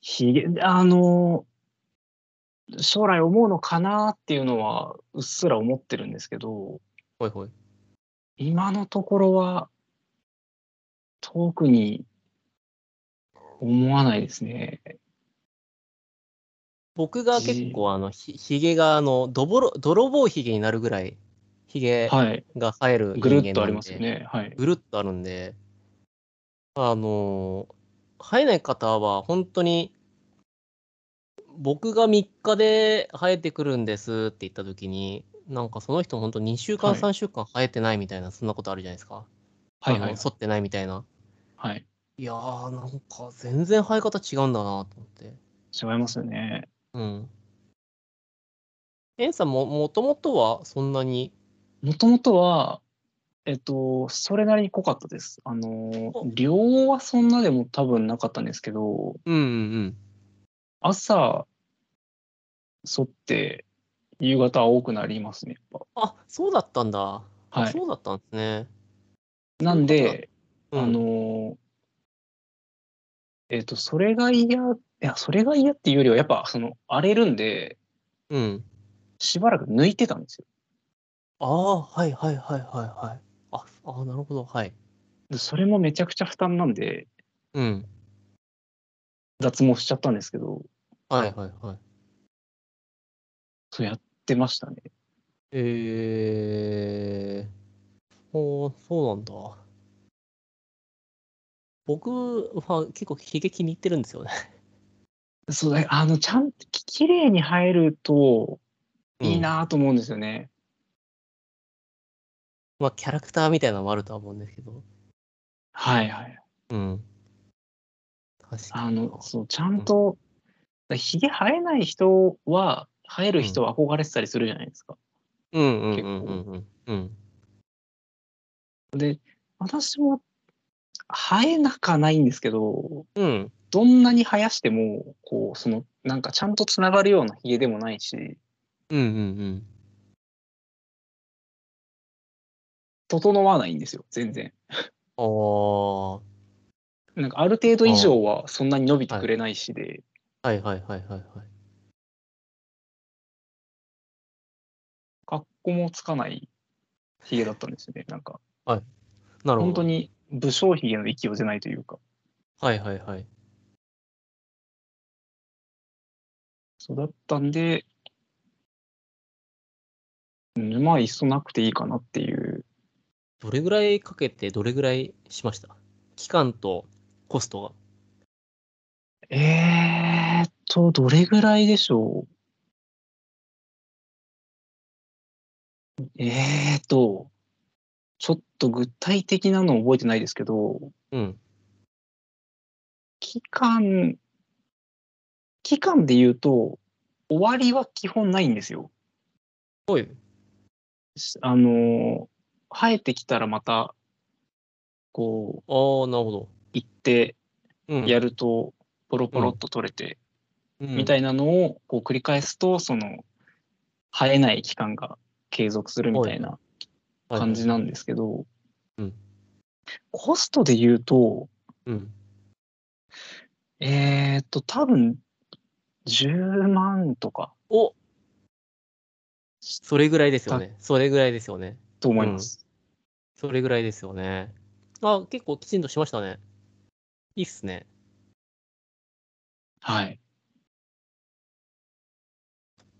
[SPEAKER 1] ひげ、あの、将来思うのかなっていうのはうっすら思ってるんですけど、
[SPEAKER 2] ほいほい。
[SPEAKER 1] 今のところは特に思わないですね。
[SPEAKER 2] 僕が結構あのひひげがあのどぼろ泥棒ひげになるぐらいひげ
[SPEAKER 1] はい。
[SPEAKER 2] が生える人
[SPEAKER 1] ぐるっ
[SPEAKER 2] 間
[SPEAKER 1] とあ
[SPEAKER 2] な
[SPEAKER 1] り
[SPEAKER 2] ん
[SPEAKER 1] ますよ
[SPEAKER 2] で
[SPEAKER 1] ね。はい。
[SPEAKER 2] ぐるっとあるんであの生えない方は本当に僕が3日で生えてくるんですって言った時になんかその人本当2週間
[SPEAKER 1] はい
[SPEAKER 2] 3週間生えてないみたいなそんなことあるじゃないです
[SPEAKER 1] は
[SPEAKER 2] か、
[SPEAKER 1] いはい
[SPEAKER 2] あの
[SPEAKER 1] はい。
[SPEAKER 2] 剃ってないみたいな
[SPEAKER 1] はい、
[SPEAKER 2] いやーなんか全然生え方違うんだなと思って
[SPEAKER 1] 違いますよね。
[SPEAKER 2] うん。エンさんも、もともとはそんなに、
[SPEAKER 1] もともとは、えっと、それなりに濃かったです。あの
[SPEAKER 2] お、
[SPEAKER 1] 量はそんなでも多分なかったんですけど、
[SPEAKER 2] うんうん
[SPEAKER 1] 朝、剃って、夕方は多くなりますね、やっ
[SPEAKER 2] あ、そうだったんだ。は
[SPEAKER 1] ぱ。はい。
[SPEAKER 2] そうだったんですね。
[SPEAKER 1] なん
[SPEAKER 2] そういう
[SPEAKER 1] で、
[SPEAKER 2] うん
[SPEAKER 1] あのーえっ、と、それが嫌、いや、それが嫌っていうよりは、やっぱ、その、荒れるんで、
[SPEAKER 2] うん。
[SPEAKER 1] しばらく抜いてたんですよ。
[SPEAKER 2] ああ、はいはいはいはいはい。あ、あーなるほど、はい。
[SPEAKER 1] で、それもめちゃくちゃ負担なんで、
[SPEAKER 2] うん。
[SPEAKER 1] 脱毛しちゃったんですけど、
[SPEAKER 2] はいはいはい。
[SPEAKER 1] そうやってましたね。
[SPEAKER 2] えー、おーそうなんだ。僕は結構ひげ気に入ってるんですよね。
[SPEAKER 1] そうだ、あの、ちゃんと、き綺麗に生えると、いい、なと思うんですよね。
[SPEAKER 2] うん。まあ、キャラクターみたいなのもあるとは思うんですけど。
[SPEAKER 1] はいはい。
[SPEAKER 2] うん。確か
[SPEAKER 1] あ
[SPEAKER 2] に。
[SPEAKER 1] の、そう、ちゃんと、だひげ生えない人は、生える人は憧れてたりするじゃないですか。
[SPEAKER 2] うんうんうんうんうんうん。
[SPEAKER 1] 私も、生えなかないんですけど、
[SPEAKER 2] うん。
[SPEAKER 1] どんなに生やしても、こう、その、なんかちゃんとつながるようなヒゲでもないし、
[SPEAKER 2] うんうん
[SPEAKER 1] 整わないんですよ、全然。
[SPEAKER 2] うん。おー。
[SPEAKER 1] なんかある程度以上はそんなに伸びてくれないしで、
[SPEAKER 2] はいはいはいはいはい。
[SPEAKER 1] 格好もつかないヒゲだったんですよね。なんか、
[SPEAKER 2] なるほど。
[SPEAKER 1] 本当。に武将ヒゲの勢いじゃないというか。
[SPEAKER 2] はいはいはい。
[SPEAKER 1] そうだったんで、うんまあ、いっそなくていいかなっていう。
[SPEAKER 2] どれぐらいかけてどれぐらいしました期間とコストが。
[SPEAKER 1] えーっと、どれぐらいでしょうえーっと、ちょっと具体的なの覚えてないですけど、
[SPEAKER 2] うん。
[SPEAKER 1] 期間、期間で言うと、終わりは基本ないんですよ。
[SPEAKER 2] おい。
[SPEAKER 1] しあのー、生えてきたらまた、こう、
[SPEAKER 2] あー、なるほど。
[SPEAKER 1] 行って
[SPEAKER 2] うん。
[SPEAKER 1] やると、ポロポロっと取れて、みた
[SPEAKER 2] い
[SPEAKER 1] いなのをこう繰り返すと、その、生えない期間が継続するみたいな
[SPEAKER 2] な
[SPEAKER 1] 感じな
[SPEAKER 2] な。
[SPEAKER 1] んですけど
[SPEAKER 2] うん、
[SPEAKER 1] コストで言うと、
[SPEAKER 2] うん。
[SPEAKER 1] えーっと、多分、10万とか
[SPEAKER 2] おそれぐらいですよね。それぐらいですよね。
[SPEAKER 1] と思います。
[SPEAKER 2] それぐらいですよね。あ、結構きちんとしましたね。いいっすね。
[SPEAKER 1] はい。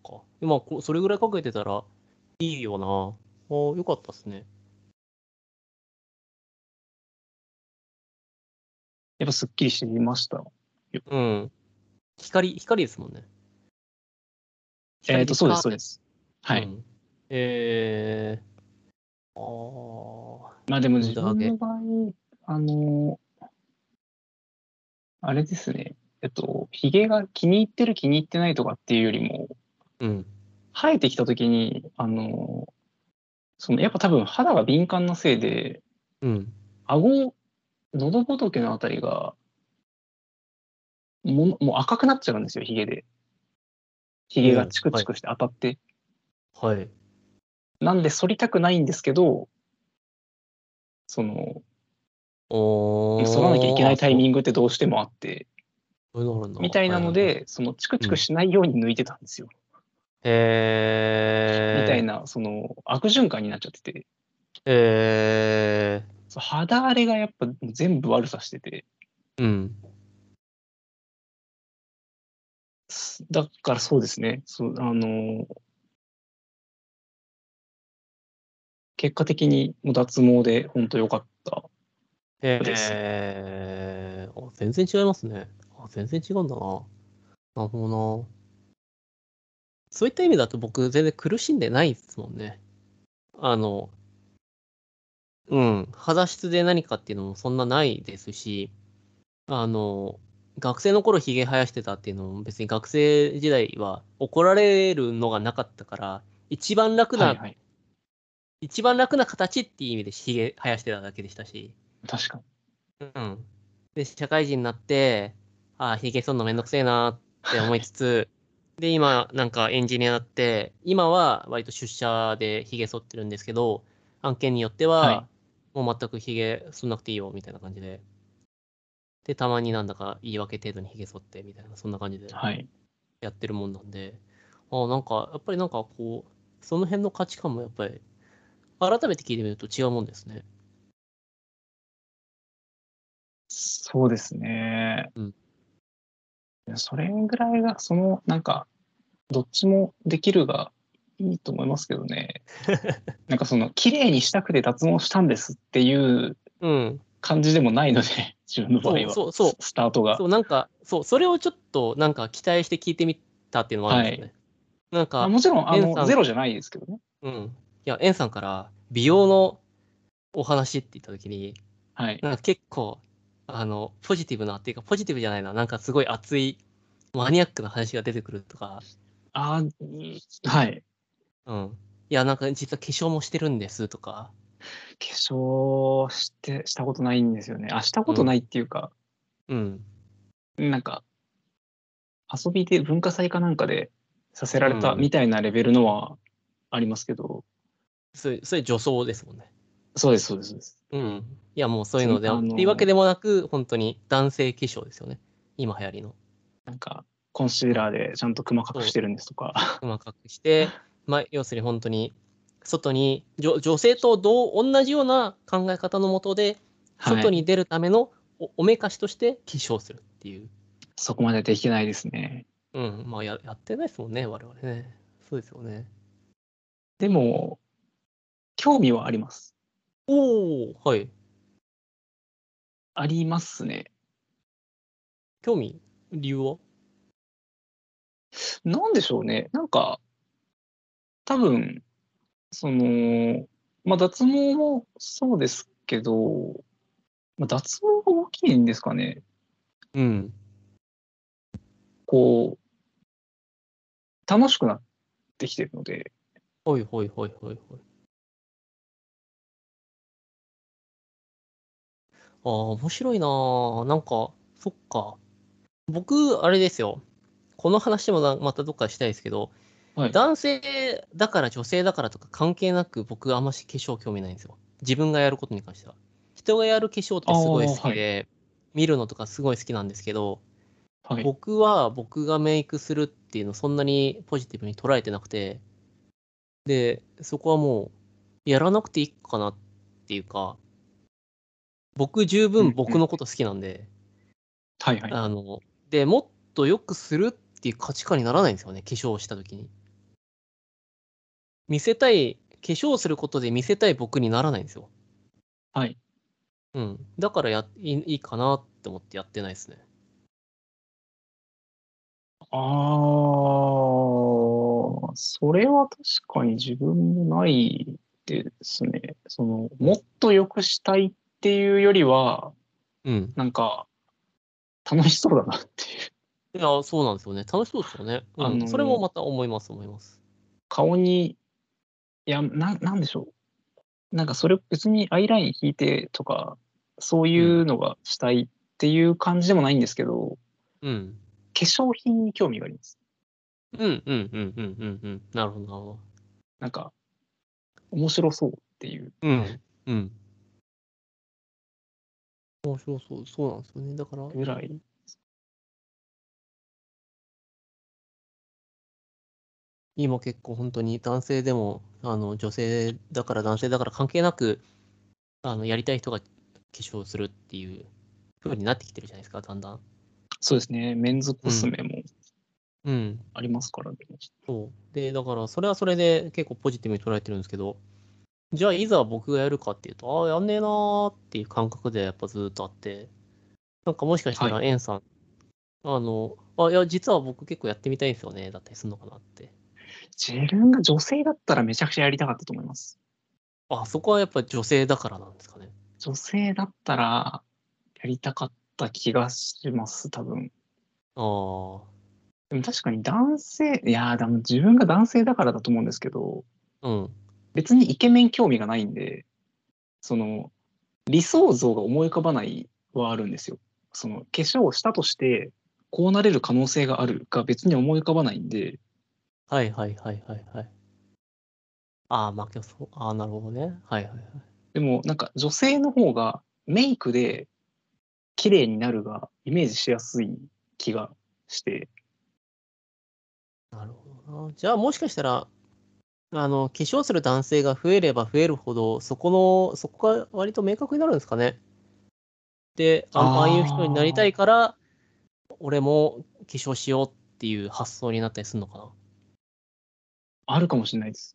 [SPEAKER 2] か。まあ、こそれぐらいかけてたらいいよな。あーよかったですね。
[SPEAKER 1] やっぱすっきりしてました。
[SPEAKER 2] うん。光、光ですもんね。。
[SPEAKER 1] えっ、と、そうです、そうですす。はい。
[SPEAKER 2] うんえー、ああ、
[SPEAKER 1] まあでも
[SPEAKER 2] 無
[SPEAKER 1] 自
[SPEAKER 2] 駄毛
[SPEAKER 1] 分の場合、あのーあれですね。えっと、ヒゲが気に入ってる気に入ってないとかっていうよりも、
[SPEAKER 2] うん。
[SPEAKER 1] 生えてきた時に、あのーそのやっぱ多分肌が敏感なせいで、
[SPEAKER 2] うん。
[SPEAKER 1] 顎、喉仏のあたりが、もうもう赤くなっちゃうんですよ、ヒゲで。ヒゲがチクチクして当たって。
[SPEAKER 2] はい。
[SPEAKER 1] なんで反りたくないんですけど、その、
[SPEAKER 2] お
[SPEAKER 1] 反らなきゃいけないタイミ
[SPEAKER 2] ン
[SPEAKER 1] ングってどうしてもあって、
[SPEAKER 2] グ
[SPEAKER 1] みたいなの、
[SPEAKER 2] そうう
[SPEAKER 1] で、そのチクチクしないように抜いてたんですよ。
[SPEAKER 2] え
[SPEAKER 1] み
[SPEAKER 2] ー、
[SPEAKER 1] たい。な、その悪循環になっちゃってて、
[SPEAKER 2] えー、
[SPEAKER 1] そう肌荒れがやっぱ全部悪さしてて、
[SPEAKER 2] うん。
[SPEAKER 1] すだからそうですね、そうあの結果的にもう脱毛で本当良かった。です
[SPEAKER 2] えー、あ全然違いますね。あ全然違うんだな。なるほどな。そういった意味だと僕全然苦しんでないですもんね。あの、うん、肌質で何かっていうのもそんなないですし、あの、学生の頃ひげ生やしてたっていうのも別に学生時代は怒られるのがなかったから、一番楽な、
[SPEAKER 1] はいはい、
[SPEAKER 2] 一番楽な形っていう意味でひげ生やしてただけでしたし。
[SPEAKER 1] 確かに。
[SPEAKER 2] うん。で、社会人になって、ああ、ひげ剃るのめんどくせえなって思いつ つ、で、今、なんかエンジニアになって、今は割と出社でひげ剃ってるんですけど、案件によって
[SPEAKER 1] は
[SPEAKER 2] は、もう全くひげ剃んなくていいよみたいな感じで。で、たまになんだか言い訳程度にひげ剃ってみたいな、そんな感じで
[SPEAKER 1] はい。
[SPEAKER 2] やってるもんなんで、ああ、なんか、やっぱりなんかこう、その辺の価値観もやっぱり、改めて聞いてみると違うもんですね。
[SPEAKER 1] そうですね。
[SPEAKER 2] うん
[SPEAKER 1] いやそれぐらいが、その、なんか、どっちもできるがいいと思いますけど ね。なんかその、綺麗にしたくて脱毛したんですっていう
[SPEAKER 2] うん。
[SPEAKER 1] 感じでもないので、 自分の場合は。
[SPEAKER 2] そうそうそう
[SPEAKER 1] ススタートが
[SPEAKER 2] そ。う、なんか、そう、それをちょっと、なんか期待して聞いてみたっていうのもあるんですよね。な
[SPEAKER 1] ま
[SPEAKER 2] ん
[SPEAKER 1] あ
[SPEAKER 2] か、
[SPEAKER 1] もちろん、あ
[SPEAKER 2] N さ
[SPEAKER 1] の、
[SPEAKER 2] ん
[SPEAKER 1] ゼロじゃないですけどね。
[SPEAKER 2] うん。いや、エンさんから、美容のお話って言ったときに、
[SPEAKER 1] はい。
[SPEAKER 2] なんか結構、あの、ポジティブな、っていうか、ポジティブじゃないな、なんかすごい熱い、マニアックな話が出てくるとか、
[SPEAKER 1] ああ、はい。
[SPEAKER 2] うん。いや、なんか実は化粧もしてるんですとか、
[SPEAKER 1] 化粧して、したことないんですよね。あ、したことないっていうか、
[SPEAKER 2] うん。
[SPEAKER 1] なんか、遊びで文化祭かなんかでさせられた
[SPEAKER 2] うん
[SPEAKER 1] みたいなレベルのはありますけど、
[SPEAKER 2] それ、それ女装ですもんね。
[SPEAKER 1] そうです、そうです、そうです。
[SPEAKER 2] うん。いや、もうそういうので、
[SPEAKER 1] あの
[SPEAKER 2] っていうわけでもなく、本当に男性化粧ですよね。今流行りの。
[SPEAKER 1] なんか、コンシーラーでちゃんとクマ隠してるんですとか、
[SPEAKER 2] 細かくして、まあ、要するに本当に外に女女性と同同じような考え方のもとで
[SPEAKER 1] はい
[SPEAKER 2] 外に出るためのおおめかしとして化粧するっていう、
[SPEAKER 1] そこまでできないですね。
[SPEAKER 2] うんまあ、ややってないですもんね我々ねそうですよね
[SPEAKER 1] でも、興味はあります。
[SPEAKER 2] おおはい
[SPEAKER 1] ありますね。
[SPEAKER 2] 興味理由は
[SPEAKER 1] なんでしょうね。なんか、多分、その、まあ、脱毛もそうですけど、まあ、脱毛が大きいんですかね。
[SPEAKER 2] うん
[SPEAKER 1] こう、楽しくなってきてるので、
[SPEAKER 2] はいはいはいはいはいああ面白いなあなんかそっか僕あれですよこの話もなまたどっかしたいですけど
[SPEAKER 1] はい
[SPEAKER 2] 男性だから女性だからとか関係なく僕あんまし化粧興味ないんですよ自分がやることに関しては人がやる化粧ってすごい好きで、見るのとかすごい好きなんですけど、
[SPEAKER 1] はい。
[SPEAKER 2] 僕は僕がメイクするっていうのをそんなにポジティブに捉えてなくてでそこはもうやらなくていいかなっていうか僕十分僕のこと好きなんで、
[SPEAKER 1] はいはい。
[SPEAKER 2] あのでもっと良くするっていう価値観にならないんですよね化粧をした時に見せたい化粧をすることで見せたい僕にならないんですよ
[SPEAKER 1] はい。
[SPEAKER 2] うんだからやいいいかなって思ってやってないですね
[SPEAKER 1] あー、それは確かに自分もないですね。その、もっと良くしたいっていうよりは、
[SPEAKER 2] うん
[SPEAKER 1] なんか、楽しそうだなっていう。
[SPEAKER 2] いや、そうなんですよね。楽しそうですよね。うん
[SPEAKER 1] あのー
[SPEAKER 2] それもまた思います、思います。
[SPEAKER 1] 顔に、いや、な、なんでしょう。なんかそれ別にアイライン引いてとか、そういうのがしたいっていう感じでもないんですけど、
[SPEAKER 2] うん。
[SPEAKER 1] 化粧品に興味があります。
[SPEAKER 2] うん、うん、うん、うん、うん、うん。なるほど、なるほ
[SPEAKER 1] なんか、面白そうっていう。
[SPEAKER 2] ど。うん。うん。面白そう、そうなんですよね。だから、
[SPEAKER 1] ぐらい。
[SPEAKER 2] 今結構本当に男性でも、あの、女性だから男性だから関係なく、あのやりたい人が化粧するっていう風になってきてるじゃないですか、だんだん。
[SPEAKER 1] そうですね。メンズコスメも
[SPEAKER 2] うん。
[SPEAKER 1] ありますからね。
[SPEAKER 2] そう。で、だから、それはそれで結構ポジティブに捉えてるんですけど、じゃあ、いざ僕がやるかっていうと、ああ、やんねえなーっていう感覚でやっぱずーっとあって、なんかもしかしたら、エンさん、あの、あ、いや、実は僕結構やってみたいんですよね、だったりするのかなって。
[SPEAKER 1] 自分が女性だったらめちゃくちゃやりたかったと思います。
[SPEAKER 2] あ、そこはやっぱ女性だからなんですかね。
[SPEAKER 1] 女性だったらやりたかった気がします、多分。
[SPEAKER 2] ああ、
[SPEAKER 1] でも確かに男性、いやーでも自分が男性だからだと思うんですけど、
[SPEAKER 2] うん。
[SPEAKER 1] 別にイケメン興味がないんで、その、理想像が思い浮かばないはあるんですよ。その、化粧をしたとして、こうなれる可能性があるが別に思い浮かばないんで、
[SPEAKER 2] はいはいはいはいはい。ああ、まあ、けどそう、ああ、なるほどね。はいはいはい。
[SPEAKER 1] でもなんか女性の方がメイクで綺麗になるがイメージしやすい気がして、
[SPEAKER 2] なるほどな。じゃあもしかしたら、あの、化粧する男性が増えれば増えるほど、そこの、そこが割と明確になるんですかね。で、ああ
[SPEAKER 1] あー
[SPEAKER 2] あいう人になりたいから、俺も化粧しようっていう発想になったりするのか
[SPEAKER 1] あるかもしれないです。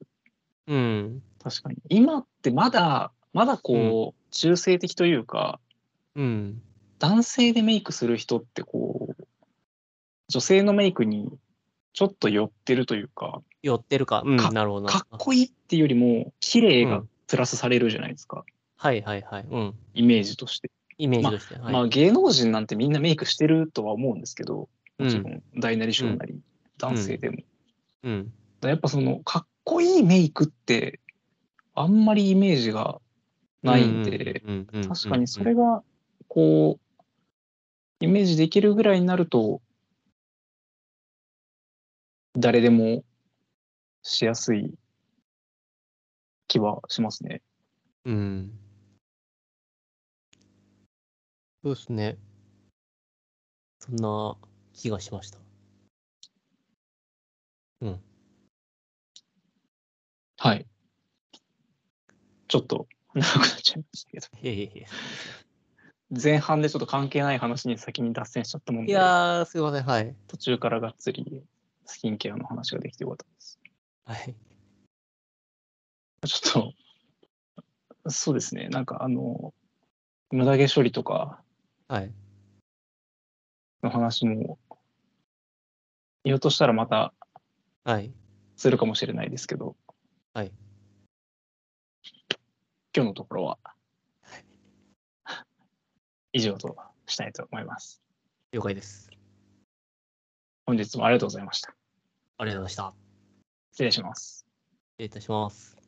[SPEAKER 2] な。うん。
[SPEAKER 1] 確かに。今ってまだ、まだこう、中性的というか、
[SPEAKER 2] うん。
[SPEAKER 1] 男性でメイクする人ってこう女性のメイクにちょっと寄ってるというか
[SPEAKER 2] 寄ってるか。うん、
[SPEAKER 1] か
[SPEAKER 2] なるほどな。
[SPEAKER 1] かっこいいっていうよりも綺麗
[SPEAKER 2] う
[SPEAKER 1] が
[SPEAKER 2] ん
[SPEAKER 1] プラスされるじゃないですか、
[SPEAKER 2] はいはいはい。うん。
[SPEAKER 1] イメージとして、
[SPEAKER 2] イメージとして。はい
[SPEAKER 1] まあ芸能人なんてみんなメイクしてるとは思うんですけどもちろん大なり小なり、男性でも、だか
[SPEAKER 2] うん。
[SPEAKER 1] らやっぱそのかっこいいメイクってあんまりイメージがないんで、
[SPEAKER 2] うん、うん
[SPEAKER 1] 確かにそれがこうイメージできるぐらいになると誰でもしやすい気はしますね。
[SPEAKER 2] うん。そうですね。そんな気がしました。
[SPEAKER 1] はい。ちょっと長くなっちゃいましたけど
[SPEAKER 2] いやいやいや。
[SPEAKER 1] 前半でちょっと関係ない話に先に脱線しちゃったもん
[SPEAKER 2] い
[SPEAKER 1] で
[SPEAKER 2] やー、すいません。はい。
[SPEAKER 1] 途中からがっつりスキンケアの話ができてよかったです。
[SPEAKER 2] はい。
[SPEAKER 1] ちょっとそうですねなんかあの無駄毛処理とか
[SPEAKER 2] はい。
[SPEAKER 1] の話も、言おうとしたらまた
[SPEAKER 2] はい。
[SPEAKER 1] するかもしれないですけど、
[SPEAKER 2] はい。
[SPEAKER 1] 今日のところは、以上としたいと思います。
[SPEAKER 2] 了解です。
[SPEAKER 1] 本日もありがとうございました。
[SPEAKER 2] ありがとうございました。
[SPEAKER 1] 失礼します。
[SPEAKER 2] 失礼いたします。